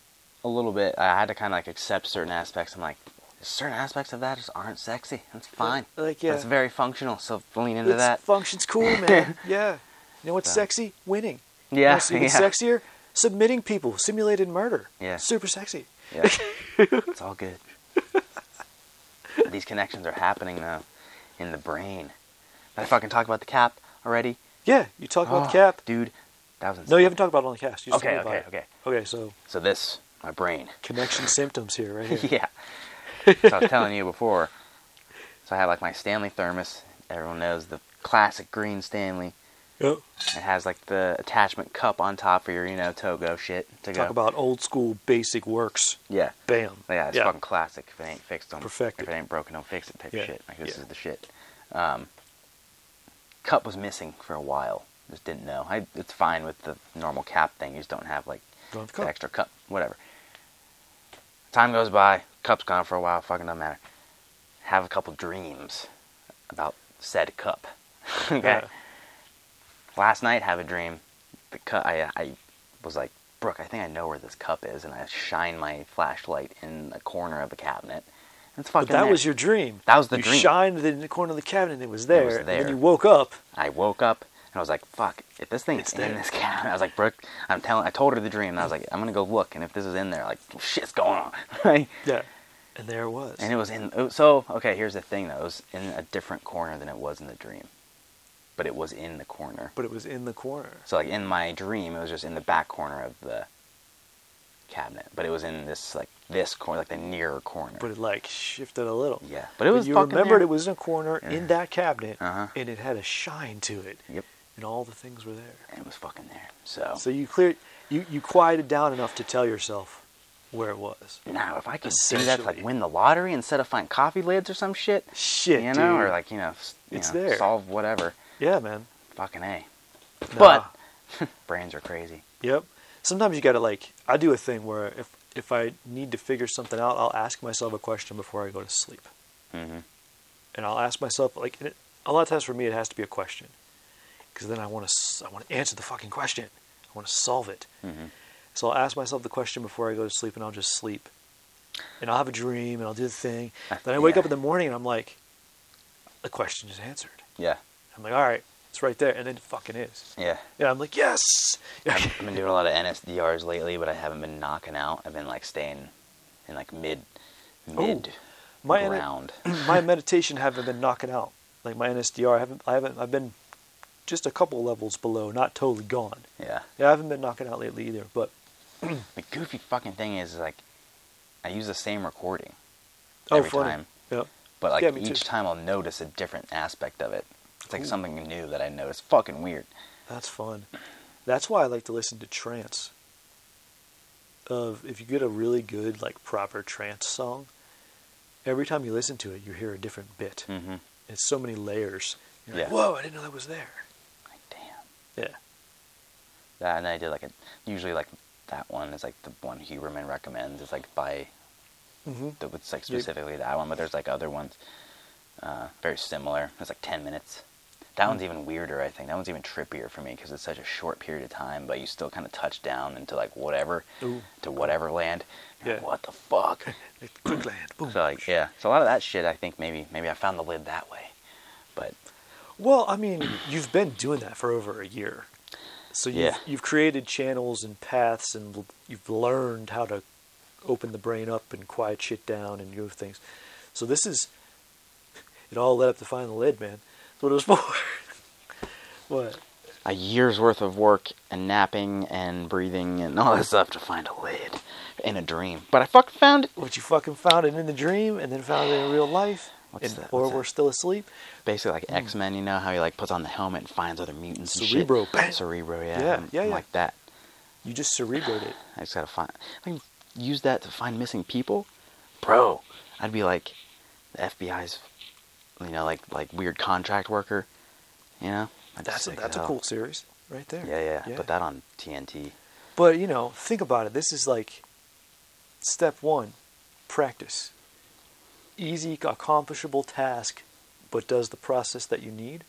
Speaker 2: a little bit. I had to kind of like accept certain aspects. I'm like, certain aspects of that just aren't sexy. That's fine.
Speaker 1: like, yeah.
Speaker 2: It's very functional, so lean into
Speaker 1: It's-
Speaker 2: that.
Speaker 1: functions cool, man.
Speaker 2: [LAUGHS]
Speaker 1: yeah. You know what's sexy? Winning. You
Speaker 2: yeah,
Speaker 1: wanna see what's
Speaker 2: [LAUGHS] yeah.
Speaker 1: sexier? Submitting people, simulated murder.
Speaker 2: Yeah.
Speaker 1: Super sexy. [LAUGHS]
Speaker 2: yeah. It's all good. These connections are happening though, in the brain. Did I fucking talk about the cap already?
Speaker 1: Yeah. You talk about
Speaker 2: Oh, [GASPS]
Speaker 1: the cap.
Speaker 2: dude. That was insane.
Speaker 1: No, you haven't talked about it on the cast. You just
Speaker 2: Okay,
Speaker 1: told me about
Speaker 2: okay,
Speaker 1: it. Okay, so
Speaker 2: So this, my
Speaker 1: [LAUGHS]
Speaker 2: brain. [LAUGHS]
Speaker 1: connection symptoms here, right here.
Speaker 2: yeah. So I was telling you before. So I have like my Stanley thermos. Everyone knows the classic green Stanley.
Speaker 1: Yep.
Speaker 2: It has like the attachment cup on top for your, you know, Togo shit. To
Speaker 1: Talk
Speaker 2: go.
Speaker 1: about old school basic works.
Speaker 2: yeah,
Speaker 1: Bam.
Speaker 2: yeah, it's fucking classic. If it ain't fixed, don't
Speaker 1: Perfect
Speaker 2: If
Speaker 1: it.
Speaker 2: it ain't broken, don't fix it. Type
Speaker 1: Yeah,
Speaker 2: shit. Like this
Speaker 1: yeah.
Speaker 2: is the shit. Um, cup was missing for a while. Just didn't know. I, it's fine with the normal cap thing. You just don't have like
Speaker 1: Don't have the
Speaker 2: the
Speaker 1: cup.
Speaker 2: extra cup. Whatever. Time goes by. Cup's gone for a while. Fucking doesn't matter. Have a couple dreams about said cup. [LAUGHS] okay
Speaker 1: Yeah.
Speaker 2: last night have a dream the cup I, I was like brooke i think i know where this cup is and i shine my flashlight in a corner of a cabinet and it's fucking
Speaker 1: But that
Speaker 2: there.
Speaker 1: was your dream.
Speaker 2: That was the
Speaker 1: you
Speaker 2: dream.
Speaker 1: shined in the corner of the cabinet and it was there.
Speaker 2: was
Speaker 1: And
Speaker 2: there.
Speaker 1: then you woke up.
Speaker 2: i woke up and i was like fuck if this thing's
Speaker 1: It's
Speaker 2: in
Speaker 1: there.
Speaker 2: this cabinet i was like brooke i'm telling i told her the dream and i was like i'm gonna go look and if this is in there like shit's going on [LAUGHS] right
Speaker 1: Yeah. And there it was.
Speaker 2: and it was in oh, so okay here's the thing though it was in a different corner than it was in the dream but it was in the corner
Speaker 1: but it was in the corner.
Speaker 2: So like in my dream, it was just in the back corner of the cabinet, but it was in this like this corner, like the nearer corner.
Speaker 1: but it like shifted a little.
Speaker 2: yeah, but it was.
Speaker 1: you
Speaker 2: fucking
Speaker 1: remembered
Speaker 2: there.
Speaker 1: it was in a corner
Speaker 2: Yeah.
Speaker 1: in that cabinet,
Speaker 2: Uh-huh.
Speaker 1: and it had a shine to it,
Speaker 2: Yep,
Speaker 1: and all the things were there.
Speaker 2: and it was fucking there. So,
Speaker 1: So you cleared, you you quieted down enough to tell yourself where it was.
Speaker 2: now if I could do that, to, like
Speaker 1: Essentially.
Speaker 2: win the lottery instead of find coffee lids or some shit,
Speaker 1: Shit,
Speaker 2: you know,
Speaker 1: dude.
Speaker 2: or like you know, s- you
Speaker 1: It's
Speaker 2: know,
Speaker 1: there.
Speaker 2: solve whatever.
Speaker 1: yeah, man.
Speaker 2: Fucking a.
Speaker 1: Nah.
Speaker 2: But [LAUGHS] brains are crazy.
Speaker 1: Yep. Sometimes you gotta like I do a thing where if if I need to figure something out, I'll ask myself a question before I go to sleep,
Speaker 2: Mm-hmm.
Speaker 1: and I'll ask myself like and it, a lot of times for me it has to be a question, because then I want to I want to answer the fucking question. I want to solve it.
Speaker 2: Mm-hmm.
Speaker 1: So I'll ask myself the question before I go to sleep, and I'll just sleep, and I'll have a dream, and I'll do the thing.
Speaker 2: Uh,
Speaker 1: Then I wake
Speaker 2: yeah.
Speaker 1: up in the morning, and I'm like, the question is answered.
Speaker 2: Yeah,
Speaker 1: I'm like, all right, it's right there, and then it fucking is.
Speaker 2: yeah.
Speaker 1: Yeah, I'm like, yes. [LAUGHS]
Speaker 2: I've been doing a lot of NSDRs lately, but I haven't been knocking out. I've been like staying in like mid,
Speaker 1: Oh.
Speaker 2: mid
Speaker 1: My ener-
Speaker 2: ground.
Speaker 1: [CLEARS THROAT] my meditation haven't been knocking out like my NSDR. I haven't, I haven't, I've been just a couple levels below, not totally gone.
Speaker 2: yeah.
Speaker 1: Yeah, I haven't been knocking out lately either. But
Speaker 2: The goofy fucking thing is like, I use the same recording
Speaker 1: oh,
Speaker 2: every
Speaker 1: funny.
Speaker 2: time,
Speaker 1: Yeah,
Speaker 2: but like
Speaker 1: Yeah, me
Speaker 2: each
Speaker 1: too.
Speaker 2: time I'll notice a different aspect of it. It's like
Speaker 1: Cool.
Speaker 2: something new that I noticed. Fucking weird.
Speaker 1: that's fun. That's why I like to listen to trance. Of if you get a really good like proper trance song, every time you listen to it, you hear a different bit.
Speaker 2: Mm-hmm. Like
Speaker 1: It's so many layers. You're like,
Speaker 2: Yeah.
Speaker 1: Whoa! I didn't know that was there.
Speaker 2: damn.
Speaker 1: Yeah.
Speaker 2: That and I did like a usually like that one is like the one Huberman recommends. It's like by
Speaker 1: Mm-hmm.
Speaker 2: the, it's like
Speaker 1: Yep.
Speaker 2: specifically that one, but there's like other ones uh, very similar. It's like 10 minutes. That one's even weirder, I think. That one's even trippier for me because it's such a short period of time, but you still kind of touch down into like whatever,
Speaker 1: Ooh.
Speaker 2: to whatever land. You're like,
Speaker 1: Yeah.
Speaker 2: what the [LAUGHS] fuck?
Speaker 1: Like, quick land. Boom.
Speaker 2: so like, yeah. So a lot of that shit, I think maybe maybe I found the lid that way, but
Speaker 1: Well, I mean, you've been doing that for over a year. So you've,
Speaker 2: Yeah.
Speaker 1: you've created channels and paths and l- you've learned how to open the brain up and quiet shit down and do things. So this is, it all led up to find the lid, man. That's what it was [LAUGHS] for. what?
Speaker 2: a year's worth of work and napping and breathing and all this stuff to find a lid in a dream. But I fucking found it.
Speaker 1: What you fucking found it in the dream and then found it in real life.
Speaker 2: What's
Speaker 1: and-
Speaker 2: that?
Speaker 1: Or
Speaker 2: What's
Speaker 1: we're
Speaker 2: that?
Speaker 1: still asleep.
Speaker 2: basically like
Speaker 1: Hmm.
Speaker 2: X Men. You know how he like puts on the helmet and finds other mutants. and shit.
Speaker 1: Cerebro, bam.
Speaker 2: Cerebro, yeah,
Speaker 1: Yeah,
Speaker 2: I'm-
Speaker 1: yeah,
Speaker 2: I'm
Speaker 1: yeah.
Speaker 2: like that.
Speaker 1: You just cerebroed it.
Speaker 2: I just gotta find. I can use that to find missing people, bro. I'd be like the FBI's, you know, like like weird contract worker. You know, I'd be
Speaker 1: That's a,
Speaker 2: sick as
Speaker 1: that's a
Speaker 2: hell.
Speaker 1: cool series right there.
Speaker 2: Yeah, yeah, Put that on TNT.
Speaker 1: But you know, think about it. This is like step one: practice. Easy, accomplishable task, but does the process that you need.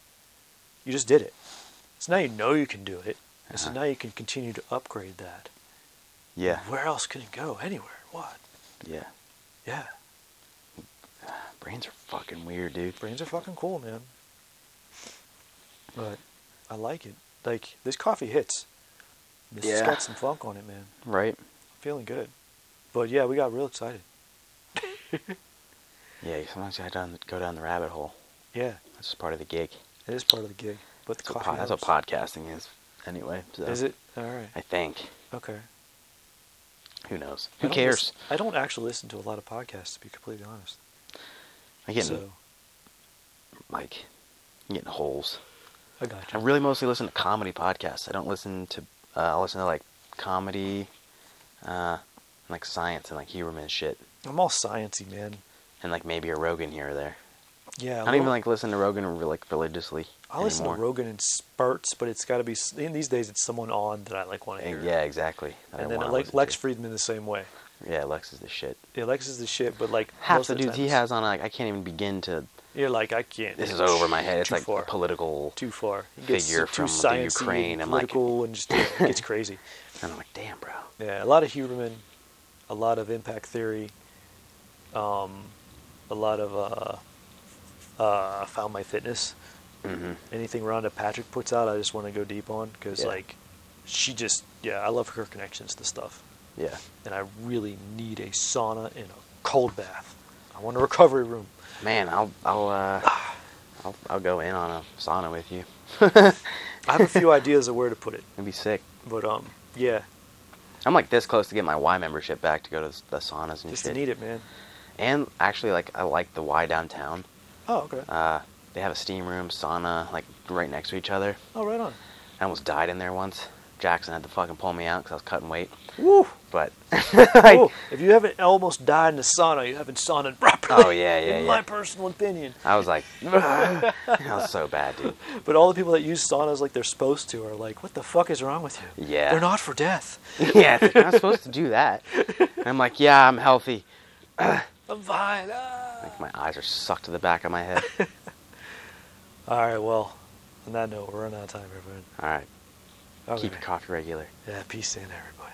Speaker 1: You just did it. So now you know you can do it, and so
Speaker 2: Uh-huh.
Speaker 1: now you can continue to upgrade that.
Speaker 2: Yeah,
Speaker 1: Where else can it go? Anywhere? What?
Speaker 2: yeah.
Speaker 1: Yeah.
Speaker 2: Brains are fucking weird, dude.
Speaker 1: Brains are fucking cool, man. But I like it. Like this coffee hits. This has
Speaker 2: Yeah.
Speaker 1: got some funk on it, man.
Speaker 2: Right?
Speaker 1: Feeling good. But yeah, we got real excited.
Speaker 2: Yeah. Sometimes you gotta down- go down the rabbit hole.
Speaker 1: Yeah.
Speaker 2: That's just part of the gig.
Speaker 1: It is part of the gig, but the
Speaker 2: That's, what,
Speaker 1: coffee.
Speaker 2: pod- that's what
Speaker 1: helps.
Speaker 2: podcasting is, anyway. So.
Speaker 1: Is it all right?
Speaker 2: I think.
Speaker 1: Okay.
Speaker 2: Who knows?
Speaker 1: I
Speaker 2: Who
Speaker 1: don't
Speaker 2: cares?
Speaker 1: listen- I don't actually listen to a lot of podcasts, to be completely honest.
Speaker 2: I'm getting
Speaker 1: So
Speaker 2: like I'm getting holes.
Speaker 1: I got
Speaker 2: I
Speaker 1: you.
Speaker 2: really mostly listen to comedy podcasts. I don't listen to uh, I listen to like comedy, uh, and, like science and like Huberman shit,
Speaker 1: I'm all sciencey, man.
Speaker 2: and like maybe a Rogan here or there.
Speaker 1: Yeah.
Speaker 2: I don't even like listen to Rogan re- like religiously
Speaker 1: I listen
Speaker 2: anymore.
Speaker 1: to Rogan in spurts, but it's got to be. s- In these days, it's someone on that I like want to
Speaker 2: Eh,
Speaker 1: hear.
Speaker 2: Yeah, exactly. that I
Speaker 1: And then
Speaker 2: wanna
Speaker 1: like
Speaker 2: listen
Speaker 1: Lex
Speaker 2: to.
Speaker 1: Friedman the same way.
Speaker 2: Yeah, Lex is the shit.
Speaker 1: Yeah, Lex is the shit, but like
Speaker 2: Half
Speaker 1: most
Speaker 2: the
Speaker 1: of the
Speaker 2: dudes he
Speaker 1: times,
Speaker 2: has on, like I can't even begin to.
Speaker 1: You're like I can't.
Speaker 2: This is over my head. It's
Speaker 1: Too
Speaker 2: like
Speaker 1: far.
Speaker 2: political,
Speaker 1: too far. He gets
Speaker 2: figure
Speaker 1: too
Speaker 2: from the
Speaker 1: sciencey and
Speaker 2: Ukraine. I'm like-
Speaker 1: political and just yeah, it
Speaker 2: [LAUGHS]
Speaker 1: gets crazy.
Speaker 2: and I'm like, damn, bro.
Speaker 1: Yeah, a lot of Huberman, a lot of impact theory, um, a lot of uh, uh, found my fitness. Mm-hmm.
Speaker 2: hmm
Speaker 1: Anything Rhonda Patrick puts out, I just want to go deep on because
Speaker 2: Yeah.
Speaker 1: like she just yeah, I love her connections to stuff,
Speaker 2: Yeah,
Speaker 1: and I really need a sauna and a cold bath. I want a recovery room.
Speaker 2: man, I'll I'll uh, I'll, I'll go in on a sauna with you.
Speaker 1: [LAUGHS] I have a few ideas of where to put it,
Speaker 2: It'd be sick.
Speaker 1: but um yeah,
Speaker 2: I'm like this close to get my Y membership back to go to s- the saunas and
Speaker 1: Just
Speaker 2: shit.
Speaker 1: need it, man.
Speaker 2: And actually, like I like the Y downtown.
Speaker 1: Oh, okay.
Speaker 2: Uh, they have a steam room, sauna, like right next to each other.
Speaker 1: oh, right on.
Speaker 2: I almost died in there once. Jackson had to fucking pull me out because I was cutting weight.
Speaker 1: Woo!
Speaker 2: But [LAUGHS] like,
Speaker 1: Woo. Oh, If you haven't almost died in the sauna, you haven't saunaed [LAUGHS] properly.
Speaker 2: Oh, yeah, yeah,
Speaker 1: in
Speaker 2: yeah.
Speaker 1: my personal opinion.
Speaker 2: I was like, that was so bad, dude.
Speaker 1: But all the people that use saunas like they're supposed to are like, what the fuck is wrong with you?
Speaker 2: Yeah.
Speaker 1: They're not for death.
Speaker 2: [LAUGHS] yeah, it's like, you're not supposed to do that. And I'm like, yeah, I'm healthy.
Speaker 1: I'm fine. ah."
Speaker 2: My eyes are sucked to the back of
Speaker 1: [LAUGHS]
Speaker 2: my head.
Speaker 1: All right, well, on that note, we're running out of time, everyone.
Speaker 2: All right,
Speaker 1: Okay.
Speaker 2: keep your coffee regular.
Speaker 1: Yeah, peace in, everybody.